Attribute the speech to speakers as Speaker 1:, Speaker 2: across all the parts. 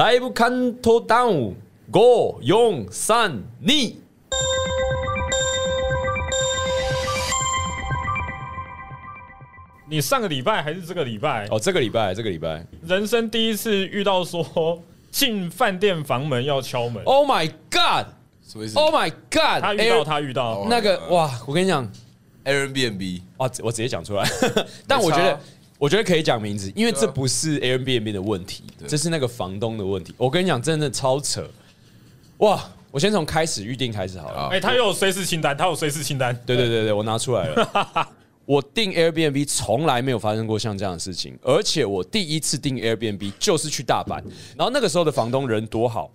Speaker 1: Live Canto Down，五、四、三、二。
Speaker 2: 你上个礼拜还是这个礼拜，
Speaker 1: 哦，这个礼拜，这个礼拜
Speaker 2: 人生第一次遇到说进饭店房门要敲门，
Speaker 1: ，Oh my God，Oh
Speaker 3: 什么意思
Speaker 1: my God，
Speaker 2: 他遇到
Speaker 1: Air-
Speaker 2: 他遇到，
Speaker 1: 那个哇，我跟你讲，
Speaker 3: ？Airbnb
Speaker 1: 哇，我直接讲出来， 但我觉
Speaker 3: 没差
Speaker 1: 得
Speaker 3: 啊。
Speaker 1: 我觉得可以讲名字，因为
Speaker 3: 对啊
Speaker 1: 这不是 Airbnb 的问题，这是那个房东的问题。我跟你讲，真的超扯！哇，我先从开始预定开始好了。
Speaker 3: 啊
Speaker 2: 哎，他有随时清单，他有随时清单，
Speaker 1: 对对对对，我拿出来了。我订 Airbnb 从来没有发生过像这样的事情，而且我第一次订 Airbnb 就是去大阪，然后那个时候的房东人多好，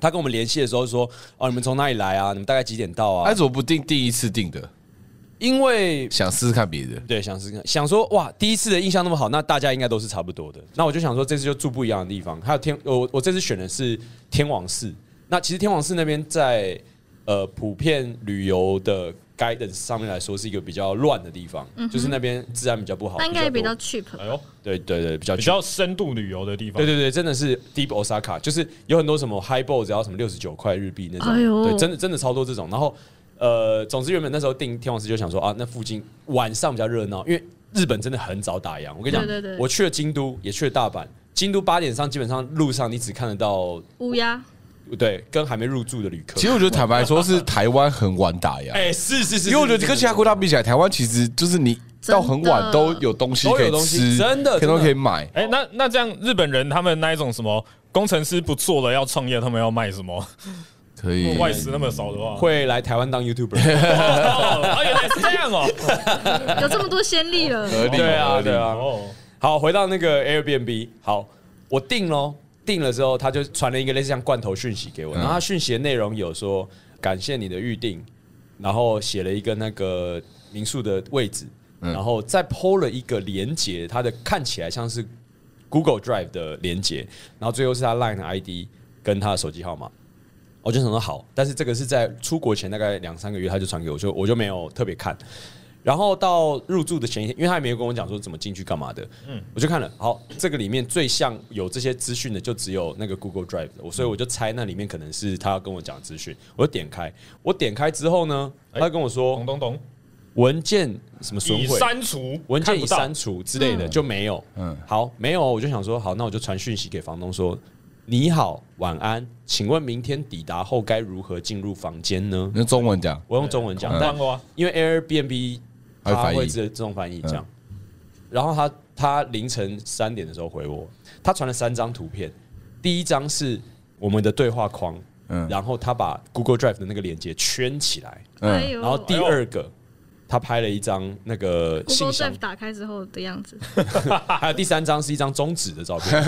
Speaker 1: 他跟我们联系的时候说：“哦，你们从哪里来啊？你们大概几点到啊
Speaker 3: 哎，怎么不定第一次定的？？”
Speaker 1: 因为
Speaker 3: 想试试看别的，
Speaker 1: 对，想试试看，想说哇，第一次的印象那么好，那大家应该都是差不多的。那我就想说，这次就住不一样的地方。还有天，我我这次选的是天王寺。那其实天王寺那边在呃普遍旅游的 guidance 上面来说是一个比较乱的地方，就是那边治安比较不好，
Speaker 4: 嗯那应该也比较
Speaker 1: 多
Speaker 4: cheap
Speaker 2: 哎呦，
Speaker 1: 对对对比较
Speaker 2: 比
Speaker 1: 穷
Speaker 2: 较深度旅游的地方
Speaker 1: 对，对对，真的是 Deep Osaka，就是有很多什么 High Ball 只要什么六十九块日币那种，
Speaker 4: 哎呦
Speaker 1: 对，真的真的超多这种。然后呃，总之原本那时候订天王寺就想说啊，那附近晚上比较热闹，因为日本真的很早打烊。我跟你讲，
Speaker 4: 对对对
Speaker 1: 我去了京都，也去了大阪。京都八点上基本上路上你只看得到
Speaker 4: 乌鸦，
Speaker 1: 对跟还没入住的旅客。
Speaker 3: 其实我觉得坦白说是台湾很晚打烊，
Speaker 1: 哎、是是是，
Speaker 3: 因为我觉得
Speaker 1: 是
Speaker 3: 跟其他国家比起来，台湾其实就是你到很晚都有东西
Speaker 1: 真的
Speaker 3: 可以
Speaker 1: 都有东西
Speaker 3: 吃，
Speaker 1: 真的
Speaker 3: 可以
Speaker 1: 真的
Speaker 3: 都可以买。
Speaker 2: 哎，那那这样日本人他们那一种什么工程师不做了要创业，他们要卖什么？
Speaker 3: 可
Speaker 1: 哦
Speaker 3: 以
Speaker 2: 外食那么少的话，
Speaker 1: 嗯会来台湾当 YouTuber。
Speaker 2: 哦，啊原来是这 样哦，
Speaker 4: 有这么多先例了。
Speaker 3: 合理，
Speaker 1: 对啊
Speaker 3: 合理
Speaker 1: 对啊
Speaker 2: 哦，
Speaker 1: 好，回到那个 Airbnb，好，我订喽，订了之后，他就传了一个类似像罐头讯息给我，然后他讯息的内容有说感谢你的预定，然后写了一个那个民宿的位置，然后再 PO 了一个连接，它的看起来像是 Google Drive 的连接，然后最后是他 Line 的 ID 跟他的手机号码。我就想说好，但是这个是在出国前大概两三个月他就传给我，就我就没有特别看。然后到入住的前一天，因为他也没有跟我讲说怎么进去干嘛的，嗯，我就看了。好，这个里面最像有这些资讯的，就只有那个 Google Drive 的，我所以我就猜那里面可能是他要跟我讲的资讯。我就点开，我点开之后呢，他跟我说
Speaker 2: 懂懂懂，
Speaker 1: 文件什么损
Speaker 2: 已
Speaker 1: 毁，
Speaker 2: 删除，
Speaker 1: 文件
Speaker 2: 看
Speaker 1: 已
Speaker 2: 不到
Speaker 1: 删除之类的就没有。嗯
Speaker 3: 嗯，
Speaker 1: 好，没有，我就想说，好，那我就传讯息给房东说：“你好，晚安，请问明天抵达后该如何进入房间呢
Speaker 3: 用中文讲？”，
Speaker 1: 我用中文讲，
Speaker 2: 恐
Speaker 1: 但
Speaker 2: 慌哇，
Speaker 1: 因为 Airbnb
Speaker 3: 它会
Speaker 1: 它
Speaker 3: 嗯翻译嗯
Speaker 1: 会自自动翻译这样。然后他他凌晨三点的时候回我，他传了三张图片，第一张是我们的对话框，
Speaker 3: 嗯
Speaker 1: 然后他把 Google Drive 的那个链接圈起来，
Speaker 4: 哎
Speaker 3: 嗯，
Speaker 4: 呦，
Speaker 1: 然后第二个。他拍了一张那个
Speaker 4: Google
Speaker 1: 信箱
Speaker 4: Drive 打开之后的样子，
Speaker 1: 还有第三张是一张中指的照片，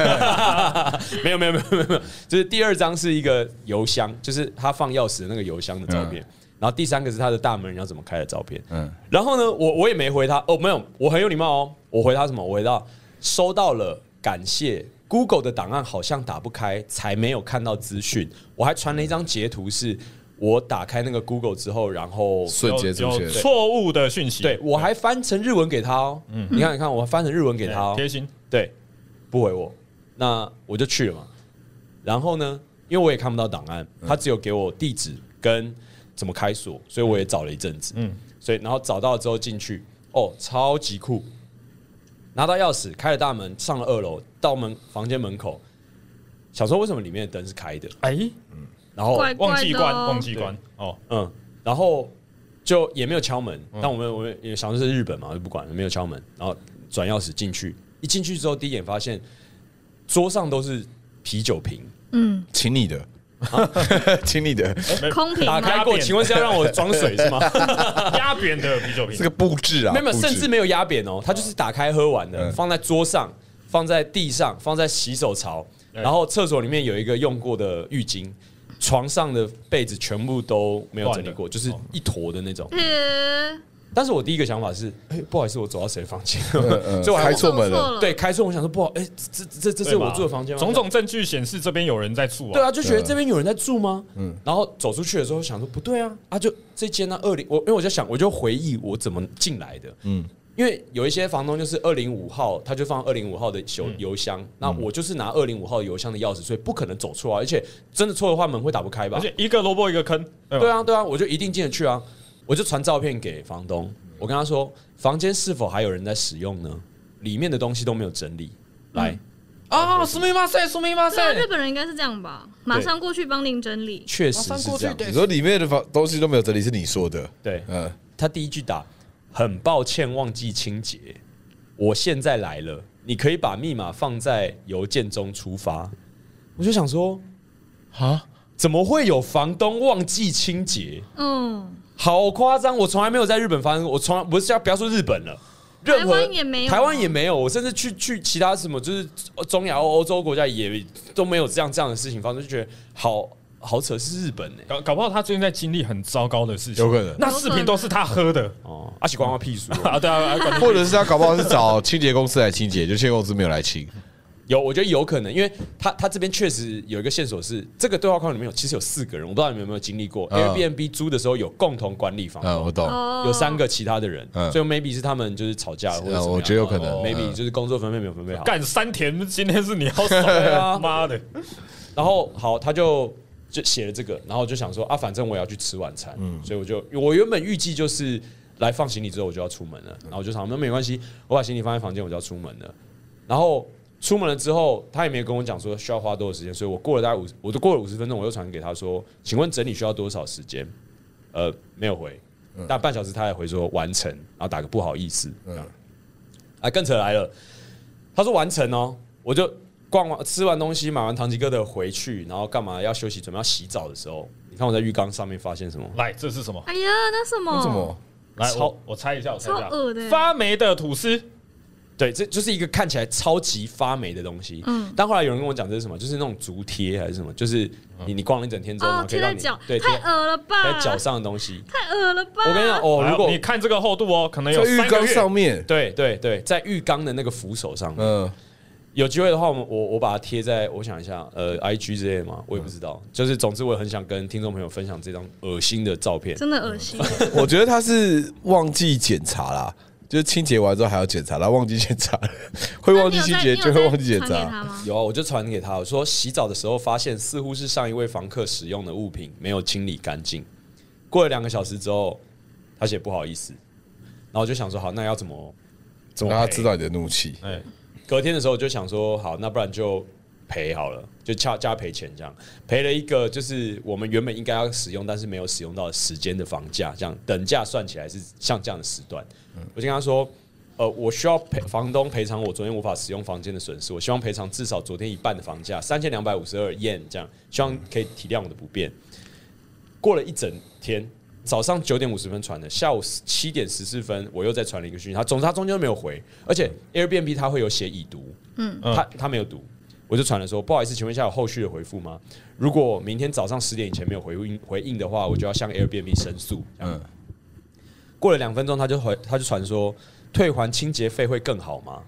Speaker 1: 没有没有没有没有没有，就是第二张是一个邮箱，就是他放钥匙的那个邮箱的照片，然后第三个是他的大门要怎么开的照片，嗯
Speaker 3: 嗯，
Speaker 1: 然后呢，我我也没回他，哦，没有，我很有礼貌哦，我回他什么？我回到收到了，感谢。Google 的档案好像打不开，才没有看到资讯。我还传了一张截图，是我打开那个 Google 之后，然后
Speaker 3: 瞬间出
Speaker 2: 有有
Speaker 3: 现。
Speaker 2: 错误的讯息，
Speaker 1: 对我还翻成日文给他哦。你看，你看，我还翻成日文给他哦。
Speaker 2: 哎贴心，
Speaker 1: 对，不回我，那我就去了嘛。然后呢，因为我也看不到档案，他只有给我地址跟怎么开锁，所以我也找了一阵子。嗯，所以然后找到了之后进去，哦，超级酷！拿到钥匙，开了大门，上了二楼，到门房间门口，想说为什么里面的灯是开的，
Speaker 2: 哎，
Speaker 1: 然后
Speaker 4: 怪
Speaker 2: 忘记
Speaker 4: 的
Speaker 2: 关，
Speaker 4: 哦
Speaker 2: 忘记关，哦，
Speaker 1: 嗯，然后就也没有敲门，但我们我们也想说是日本嘛，就不管了，没有敲门，然后转钥匙进去，一进去之后第一眼发现桌上都是啤酒瓶，
Speaker 3: 请你的，
Speaker 1: 啊
Speaker 3: 请你的，
Speaker 1: 哎
Speaker 4: 空瓶
Speaker 1: 打
Speaker 4: 吗？
Speaker 1: 开过，请问是要让我装水是吗？
Speaker 2: 压扁的啤酒瓶
Speaker 3: 这，个布置啊，
Speaker 1: 没有，没有
Speaker 3: 布置
Speaker 1: 甚至没有压扁哦，它就是打开喝完的，
Speaker 3: 嗯
Speaker 1: 放在桌上，放在地上，放在洗手槽，然后厕所里面有一个用过的浴巾。床上的被子全部都没有整理过，
Speaker 2: 乱的
Speaker 1: 就是一坨的那种。
Speaker 4: 呃，
Speaker 1: 但是我第一个想法是，哎、不好意思，我走到谁房间了？
Speaker 3: 嗯
Speaker 1: 所以我还
Speaker 3: 开错门了
Speaker 4: 错了，
Speaker 1: 对，开窗我想说不好，哎、这这这这是
Speaker 2: 对吧
Speaker 1: 我住的房间吗？
Speaker 2: 种种证据显示这边有人在住啊，
Speaker 1: 对啊，就觉得这边有人在住吗？嗯，然后走出去的时啊候想说不对啊，啊就这间呢二零，我因为我就想我就回忆我怎么进来的，嗯，因为有一些房东就是二零五号，他就放二零五号的邮
Speaker 2: 嗯
Speaker 1: 邮箱，那我就是拿二零五号邮箱的钥匙，所以不可能走错啊，而且真的错的话门会打不开吧
Speaker 2: 而？且一个萝卜一个坑，
Speaker 1: 对
Speaker 2: 啊，
Speaker 1: 啊，对啊，我就一定进得去啊！我就传照片给房东，我跟他说，房间是否还有人在使用呢？里面的东西都没有整理，来
Speaker 2: 啊，苏密马赛，苏密马
Speaker 4: 对
Speaker 2: 赛
Speaker 4: 啊，日，本人应该是这样吧？马上过去帮您整理。
Speaker 1: 确实是这样。
Speaker 3: 你说里面的房东西都没有整理，是你说的，
Speaker 1: 对
Speaker 3: 嗯，
Speaker 1: 他第一句打，很抱歉忘记清洁，我现在来了，你可以把密码放在邮件中出发。我就想说，
Speaker 3: 啊，
Speaker 1: 怎么会有房东忘记清洁？
Speaker 4: 嗯，
Speaker 1: 好夸张！我从来没有在日本发生过，我从来不是要不要说日本了，任何
Speaker 4: 台湾也没有啊
Speaker 1: 台湾也没有，我甚至去去其他什么就是中亚、欧洲国家也都没有这样这样的事情发生，就觉得好好扯，是日本呢、欸
Speaker 2: 搞搞不好他最近在经历很糟糕的事情，
Speaker 3: 有可能
Speaker 2: 那视频都是他喝的
Speaker 1: 哦，阿喜光光屁书
Speaker 2: 啊，对啊，啊管
Speaker 3: 或者是他搞不好是找清洁公司来清洁，就清洁公司没有来清，
Speaker 1: 有，我觉得有可能，因为他他这边确实有一个线索是，这个对话框里面有其实有四个人，我不知道你们有没有经历过、
Speaker 3: 嗯
Speaker 1: Airbnb 租的时候有共同管理房
Speaker 3: 嗯，我懂，
Speaker 4: 哦
Speaker 1: 有三个其他的人，
Speaker 3: 嗯
Speaker 1: 所以 maybe 是他们就是吵架了或者
Speaker 3: 嗯
Speaker 1: 怎么样
Speaker 3: 我觉得有可能
Speaker 1: 哦，maybe
Speaker 3: 嗯
Speaker 1: 就是工作分配没有分配好，
Speaker 2: 干山田今天是你要扫
Speaker 1: 对啊
Speaker 2: 啊，妈的，
Speaker 1: 然后好，他就就写了这个，然后我就想说啊，反正我也要去吃晚餐，
Speaker 3: 嗯
Speaker 1: 所以我就我原本预计就是来放行李之后我就要出门了，然后我就想那没关系，我把行李放在房间我就要出门了，然后。出门了之后，他也没有跟我讲说需要花多少时间，所以我过了大概五，我都过了五十分钟，我又传给他说：“请问整理需要多少时间？”呃，没有回，但半小时他还回说完成，然后打个不好意思，嗯，啊，更扯来了，他说完成哦，我就逛完吃完东西，买完唐吉诃德回去，然后干嘛要休息，准备要洗澡的时候，你看我在浴缸上面发现什么？
Speaker 2: 来，这是什么？
Speaker 4: 哎呀，那什么？
Speaker 3: 什么？
Speaker 2: 来，
Speaker 1: 超
Speaker 2: 我我猜一下，我猜一
Speaker 4: 超
Speaker 2: 下，
Speaker 4: 恶的欸。
Speaker 2: 发霉的吐司，
Speaker 1: 对，这就是一个看起来超级发霉的东西。嗯
Speaker 4: 嗯，
Speaker 1: 但后来有人跟我讲这是什么，就是那种竹贴还是什么，就是你你逛了一整天之后，然
Speaker 4: 哦
Speaker 1: 后，可以
Speaker 4: 贴
Speaker 1: 让
Speaker 4: 在
Speaker 1: 你
Speaker 4: 脚，
Speaker 1: 对贴
Speaker 4: 太恶了吧？
Speaker 1: 在脚上的东西。
Speaker 4: 太恶了吧？
Speaker 1: 我跟你讲哦，
Speaker 2: 来
Speaker 1: 如果
Speaker 2: 你看这个厚度哦，可能有
Speaker 3: 在浴
Speaker 2: 三个
Speaker 3: 缸
Speaker 2: 月
Speaker 3: 上 面，
Speaker 1: 对对对，在浴缸的那个扶手上面，
Speaker 3: 嗯，
Speaker 1: 有机会的话，我们我我把它贴在我想一下，呃，IG 之类的嘛，我也不知道。就是总之，我也很想跟听众朋友分享这张恶心的照片。
Speaker 4: 真的 恶心。
Speaker 3: 我觉得他是忘记检查啦，就是清洁完之后还要检查，他忘记检查， 会忘记清
Speaker 4: 那你
Speaker 3: 洁
Speaker 4: 有在
Speaker 3: 就会忘记检
Speaker 4: 你有在传给他
Speaker 3: 查。
Speaker 4: 吗？
Speaker 1: 有啊，我就传给他，我说洗澡的时候发现似乎是上一位房客使用的物品没有清理干净。过了两个小时之后，他写不好意思，然后我就想说好，那要怎么怎么
Speaker 3: 让他
Speaker 1: 赔
Speaker 3: 知道你的怒气，
Speaker 1: 哎，隔天的时候我就想说，好，那不然就赔好了，就加加赔钱这样，赔了一个就是我们原本应该要使用但是没有使用到的时间的房价，这样等价算起来是像这样的时段，我就跟他说。呃，我需要赔房东赔偿我昨天无法使用房间的损失，我希望赔偿至少昨天一半的房价，三千两百五十二 yen 这样，希望可以体谅我的不便。过了一整天，早上九点五十分传的，下午七点十四分我又再传了一个讯息，他总之他中间都没有回，而且 Airbnb 他会有写已读，嗯，他他没有读，我就传了说不好意思，请问一下有后续的回复吗？如果明天早上十点以前没有回应回应的话，我就要向 Airbnb 申诉。嗯
Speaker 3: 嗯，
Speaker 1: 过了两分钟他就回他就传说退还清洁费会更好吗？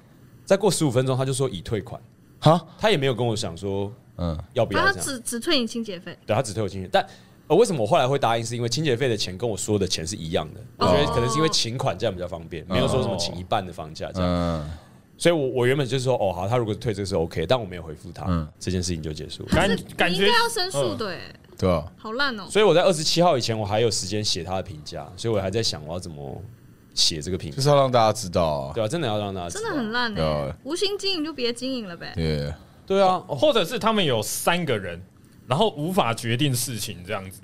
Speaker 1: 再过十五分钟他就说已退款，
Speaker 3: 哈，
Speaker 1: 他也没有跟我想说
Speaker 3: 嗯，
Speaker 1: 要不要这
Speaker 4: 然
Speaker 1: 样
Speaker 4: 后啊他。只只退你清洁费，
Speaker 1: 对他只退我清洁，但呃，为什么我后来会答应？是因为清洁费的钱跟我说的钱是一样的，我觉得
Speaker 3: 哦
Speaker 1: 可能是因为请款这样比较方便，没有说什么请一半的房价这样，
Speaker 3: 嗯，
Speaker 1: 所以我我原本就是说，哦，好，他如果退这个是 OK，但我没有回复他，
Speaker 3: 嗯
Speaker 1: 这件事情就结束了。
Speaker 2: 感
Speaker 4: 是
Speaker 2: 感
Speaker 4: 你
Speaker 2: 觉
Speaker 4: 应该要申诉的欸，
Speaker 1: 嗯
Speaker 3: 对啊吧？
Speaker 4: 好烂哦。
Speaker 1: 所以我在二十七号以前，我还有时间写他的评价，所以我还在想我要怎么写这个评
Speaker 3: 就
Speaker 1: 价，
Speaker 3: 是要让大家知道啊，
Speaker 1: 对啊，真的要让大家知
Speaker 4: 真
Speaker 1: 道
Speaker 4: 的很烂
Speaker 3: 对
Speaker 4: 哎，无心经营就别经营了呗。
Speaker 3: 对，
Speaker 1: 对啊，哦
Speaker 2: 或者是他们有三个人，然后无法决定事情这样子，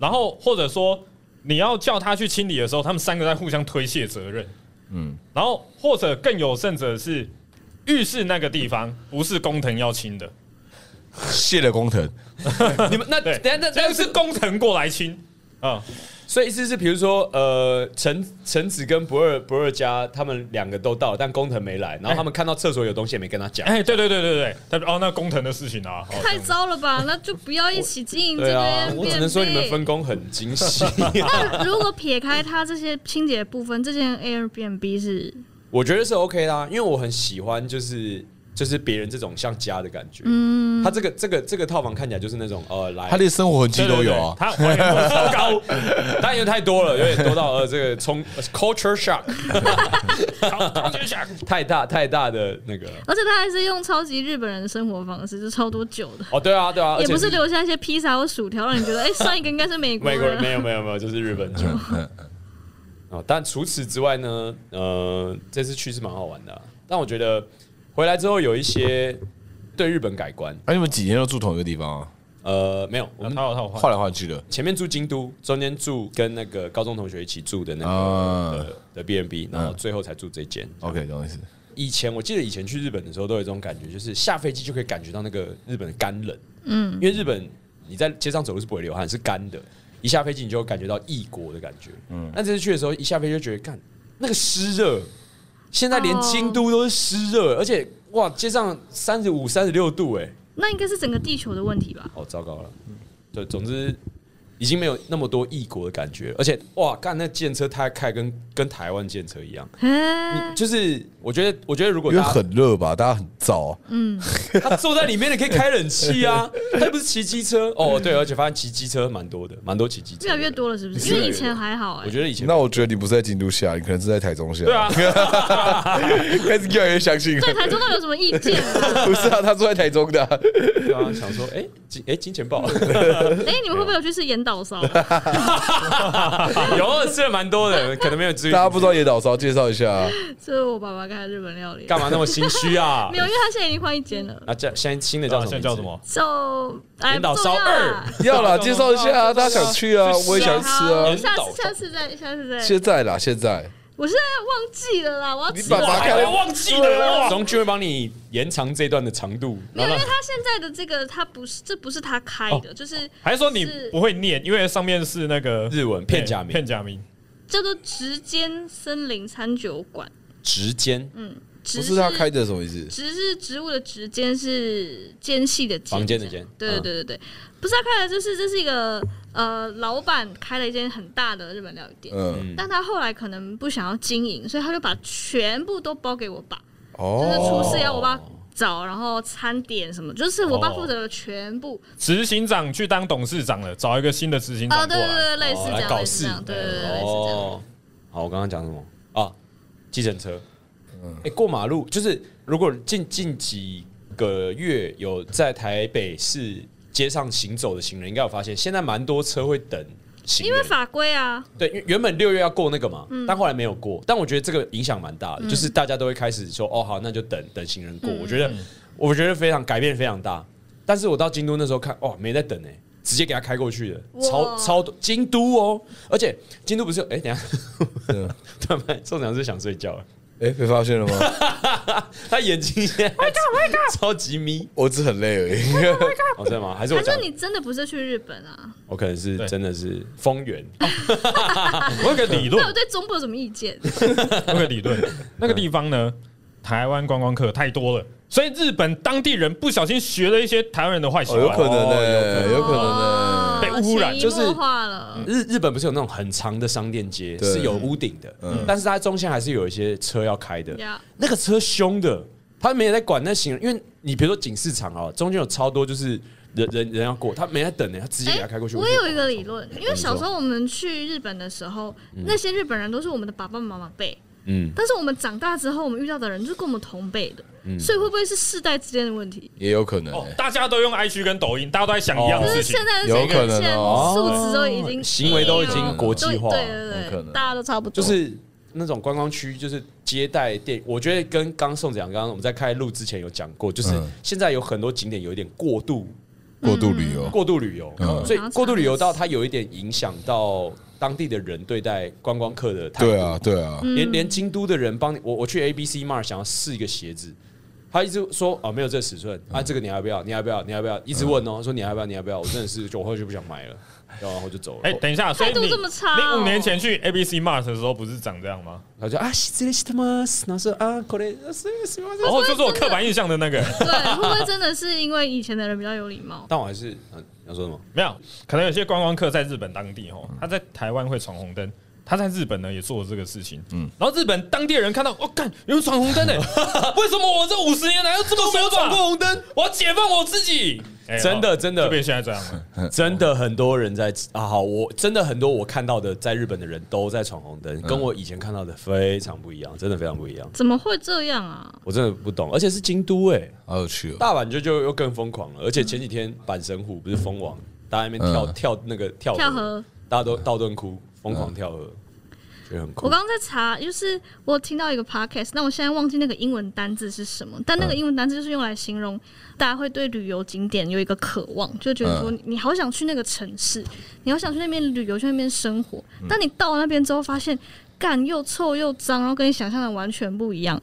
Speaker 2: 然后或者说你要叫他去清理的时候，他们三个在互相推卸责任，嗯，然后或者更有甚者是浴室那个地方不是工藤要清的，
Speaker 3: 谢了工藤，
Speaker 1: 你们那等
Speaker 2: 对
Speaker 1: 一下那
Speaker 2: 但
Speaker 1: 那
Speaker 2: 是
Speaker 1: 是，
Speaker 2: 工藤过来清啊、
Speaker 1: 所以意思是，比如说呃，陈陈子跟不二不二家他们两个都到了，但工藤没来，然
Speaker 3: 哎
Speaker 1: 后他们看到厕所有东西也没跟他讲。
Speaker 2: 哎，对对对对对，他说哦，那工藤的事情啊，哦
Speaker 4: 太糟了吧？那就不要一起经营这
Speaker 1: 对
Speaker 4: 个
Speaker 1: 啊，
Speaker 4: Airbnb
Speaker 1: 我只能说你们分工很精细。啊
Speaker 4: 那如果撇开它这些清洁的部分，这件 Airbnb 是嗯
Speaker 1: 我觉得是 OK 啦，因为我很喜欢就是就是别人这种像家的感觉。他这个这个这个套房看起来就是那种呃来
Speaker 3: 他，连生活痕迹
Speaker 2: 对对
Speaker 3: 都
Speaker 2: 对
Speaker 3: 有啊。
Speaker 2: 他还原度 超高，
Speaker 1: 当然有点太多了，有点多到呃这个冲 culture shock
Speaker 2: 超超级想
Speaker 1: 太大太大的那个
Speaker 4: 而且他还是用超级日本人的生活方式，就超多酒的，
Speaker 1: 哦，对啊对啊，而
Speaker 4: 也
Speaker 1: 且
Speaker 4: 不是留下一些披萨或薯条，让你觉得哎，上一个应该是美国
Speaker 1: 美国人
Speaker 4: 人。
Speaker 1: 没有没有没有，就是日本
Speaker 3: 嗯
Speaker 1: 酒。哦，但除此之外呢，呃，这次去是蛮好玩的啊、但我觉得回来之后有一些对日本改观。
Speaker 3: 哎，你们几年都住同一个地方啊？
Speaker 1: 呃，没有，我们
Speaker 2: 套套话，
Speaker 3: 换来换去的。
Speaker 1: 前面住京都，中间住跟那个高中同学一起住的那
Speaker 3: 啊
Speaker 1: 个的的 B N B，然后最后才住这间。
Speaker 3: OK，懂意思。
Speaker 1: 以前我记得以前去日本的时候，都有一种感觉，就是下飞机就可以感觉到那个日本的干冷。嗯，因为日本你在街上走路是不会流汗，是干的。一下飞机你就感觉到异国的感觉。嗯，那这次去的时候，一下飞机就觉得，干那个湿热，现在连
Speaker 4: 哦
Speaker 1: 京都都是湿热，而且哇，街上三十五、三十六度、哎，
Speaker 4: 那应该是整个地球的问题吧？
Speaker 1: 哦，糟糕了。对，总之已经没有那么多异国的感觉了，而且哇，干那建车它开跟跟台湾建车一样，
Speaker 4: 哎，
Speaker 1: 就是我觉得，我觉得如果
Speaker 3: 因为
Speaker 1: 大家
Speaker 3: 很热吧，大家很燥啊。
Speaker 1: 他坐在里面，你可以开冷气 啊。他又不是骑机车哦，对，而且发现骑机车蛮多的，蛮多骑机车。
Speaker 4: 越来越。多了，是不是？因为以前还好哎
Speaker 1: 我，觉得以前
Speaker 3: 那我觉得你不是在京都下，你可能是在台中下。
Speaker 2: 对，啊，
Speaker 3: 开始越来越相信了。
Speaker 4: 对台中到底有什么意见 啊？
Speaker 3: 不是啊，他住在台中的啊。
Speaker 1: 对啊，想说，哎，金哎金钱 豹
Speaker 4: 哎，你们会不会有去吃岩 岛烧？
Speaker 1: 有吃了蛮多的，可能没有至于
Speaker 3: 大 家不知道野岛烧，介绍一下啊。
Speaker 4: 这是我爸爸开的日本料理。
Speaker 1: 干嘛那么心虚啊
Speaker 4: 没。有，因为他现在已经换一间了。
Speaker 1: 那叫现在新的叫什么？
Speaker 2: 啊现在叫什？么？
Speaker 4: 就哎，
Speaker 1: 岩岛烧
Speaker 4: 不重要啦
Speaker 1: 二
Speaker 3: 要啦，介绍一下啊，大家想去啊，我也想吃啊
Speaker 4: 好。下
Speaker 1: 岩岛烧
Speaker 4: 次哦下次再下次再，
Speaker 3: 现在啦，现在
Speaker 4: 我现在忘记了啦，我要
Speaker 3: 你
Speaker 4: 吃
Speaker 3: 爸
Speaker 4: 了
Speaker 3: 爸开的
Speaker 2: 我哎忘记了啊哇，
Speaker 1: 荣君会帮你延长这段的长度，
Speaker 4: 没
Speaker 1: 然
Speaker 4: 有，因
Speaker 1: 后
Speaker 4: 为他现在的这个，他不是，这不是他开的，就是
Speaker 2: 哦还是说你
Speaker 4: 是
Speaker 2: 不会念，因为上面是那个
Speaker 1: 日文片假
Speaker 2: 片
Speaker 1: 名
Speaker 2: 假名，
Speaker 4: 叫做直间森林餐酒馆。
Speaker 1: 直间
Speaker 4: 直
Speaker 3: 不是他开，的什么意思？
Speaker 4: 直是植物的直，间是间隙的间，
Speaker 1: 房间的间
Speaker 3: 嗯
Speaker 4: 这样对对对对对，不是他开的，就是这是一个呃，老板开了一间很大的日本料理店，
Speaker 3: 嗯，
Speaker 4: 但他后来可能不想要经营，所以他就把全部都包给我爸。就是
Speaker 3: 哦，
Speaker 4: 厨师要我爸找，然后餐点什么，就是我爸负责的全部。
Speaker 2: 执行长去当董事长了，找一个新的执行
Speaker 4: 啊，
Speaker 2: 长过
Speaker 4: 对
Speaker 2: 来。
Speaker 4: 对对，类似
Speaker 1: 哦
Speaker 4: 这
Speaker 1: 来
Speaker 4: 样，
Speaker 1: 搞
Speaker 4: 类似
Speaker 1: 事
Speaker 4: 这样，对对对，类似这样。
Speaker 1: 哦，好，我刚刚讲什么啊？计程车，哎、过马路就是如果近近几个月有在台北市街上行走的行人，应该有发现，现在蛮多车会等行
Speaker 4: 因为
Speaker 1: 人。
Speaker 4: 法规啊，
Speaker 1: 对，因为原本六月要过那个嘛，
Speaker 4: 嗯
Speaker 1: 但后来没有过。但我觉得这个影响蛮大的，就是大家都会开始说，哦，好，那就等等行人过。
Speaker 4: 嗯
Speaker 1: 我觉得，我觉得非常改变非常大。但是我到京都那时候看，哦，没在等哎、直接给他开过去的，
Speaker 4: 哇
Speaker 1: 超超多京都哦，而且京都不是有哎、等一下，
Speaker 3: 嗯
Speaker 1: 突然宋长是想睡觉了，
Speaker 3: 哎，被发现了吗？
Speaker 1: 他眼睛现在超级眯，
Speaker 3: 我只很累而已。
Speaker 1: 哦，真的吗？还是我
Speaker 4: 还
Speaker 1: 讲
Speaker 4: 是，你真的不是去日本啊？
Speaker 1: 我可能是
Speaker 2: 对
Speaker 1: 真的是丰 原，
Speaker 2: 我有个理
Speaker 4: 那我
Speaker 2: 论，
Speaker 4: 对中部有什么意 见？
Speaker 2: 我有个理 论，那个地方呢，台湾观光客太多了，所以日本当地人不小心学了一些台湾人的坏习
Speaker 3: 哦，有可
Speaker 2: 惯。
Speaker 3: 能
Speaker 1: 哦
Speaker 3: 呢，有可能欸呢。
Speaker 2: 被污染
Speaker 4: 哦潜移
Speaker 1: 就是
Speaker 4: 默化了。
Speaker 1: 日日本不是有那种很长的商店街，
Speaker 3: 对嗯
Speaker 1: 是有屋顶的，但是它中间还是有一些车要开的。
Speaker 4: 呀
Speaker 1: 那个车凶的，他没有在管那行人，因为你比如说警市场啊，中间有超多就是人人人要过，他没在等呢、他直接给他开过去。
Speaker 4: 哎我也
Speaker 1: 就哦
Speaker 4: 有一个理论，因为小时候我们去日本的时候，那些日本人都是我们的爸爸妈妈辈，
Speaker 1: 嗯，
Speaker 4: 但是我们长大之后，我们遇到的人就是跟我们同辈的，
Speaker 1: 嗯
Speaker 4: 所以会不会是世代之间的问题？
Speaker 3: 也有可能
Speaker 2: 哦
Speaker 3: 欸，，
Speaker 2: 大家都用 i 区跟抖音，大家都在想一样
Speaker 3: 哦
Speaker 4: 就
Speaker 2: 的
Speaker 4: 是
Speaker 2: 事情
Speaker 4: 现。在的
Speaker 3: 有
Speaker 4: 这
Speaker 3: 可
Speaker 4: 个
Speaker 3: 能
Speaker 4: 现在
Speaker 3: 哦
Speaker 4: 素质都已经
Speaker 1: 行为都已经国际化
Speaker 4: 对对
Speaker 3: 有
Speaker 4: 对
Speaker 3: 可
Speaker 4: 对
Speaker 3: 能
Speaker 4: 对，大家都差不
Speaker 1: 就
Speaker 4: 多。
Speaker 1: 是那种观光区，就是接待店。我觉得跟刚宋子阳刚刚我们在开录之前有讲过，就是
Speaker 3: 嗯
Speaker 1: 现在有很多景点有一点过度
Speaker 3: 过度旅游。
Speaker 1: 过度旅游，
Speaker 3: 嗯
Speaker 1: 所以过度旅游到它有一点影响到当地的人对待观光客的态度。
Speaker 3: 对啊，对啊，
Speaker 1: 连连京都的人帮你，我我去 A B C Mart 想要试一个鞋子，他一直说哦没有这个尺寸啊，这个你要不要？你要不要？你要不要？一直问哦，说你要不要？你要不要？我真的是就我后来就不想买了，然后我就走了。
Speaker 2: 哎，等一下，所以
Speaker 4: 态
Speaker 2: 你
Speaker 4: 度这么差哦
Speaker 2: 你五年前去 ABC Mart 的时候不是长这样吗？
Speaker 1: 他就啊失礼してます，然后说啊これすみませ
Speaker 2: 然
Speaker 1: ん，
Speaker 2: 后哦就是我刻板印象的那个，
Speaker 4: 对，会不会真的是因为以前的人比较有礼貌？
Speaker 1: 但我还是嗯，你要说什么？嗯
Speaker 2: 没有，可能有些观光客在日本当地哦，他在台湾会闯红灯，他在日本呢也做了这个事情，嗯，然后日本当地人看到，我、哦、干有人闯红 灯哎、为什么我这五十年来都这么没有
Speaker 1: 闯过红
Speaker 2: 灯？我要解放我自己，哎
Speaker 1: 真的真的
Speaker 2: 就变现在这样 了，
Speaker 1: 真的很多人在啊，好，我真的很多我看到的在日本的人都在闯红灯，跟我以前看到的非常不一样，真的非常不一样。
Speaker 4: 怎么会这样啊？
Speaker 1: 我真的不懂，而且是京都哎、
Speaker 3: 好有趣哦。
Speaker 1: 大阪就就又更疯狂了，而且前几天阪神虎不是封王，大家在那边跳、
Speaker 3: 嗯
Speaker 1: 跳那个跳
Speaker 4: 跳河，
Speaker 1: 大家都道顿窟疯狂跳河，觉得很酷
Speaker 4: 我。刚刚在查，就是我听到一个 podcast，那我现在忘记那个英文单字是什么，但那个英文单字就是用来形容大家会对旅游景点有一个渴望，就觉得说你好想去那个城市，你好想去那边旅游，去那边生活。但你到了那边之后，发现干又臭又脏，然后跟你想象的完全不一样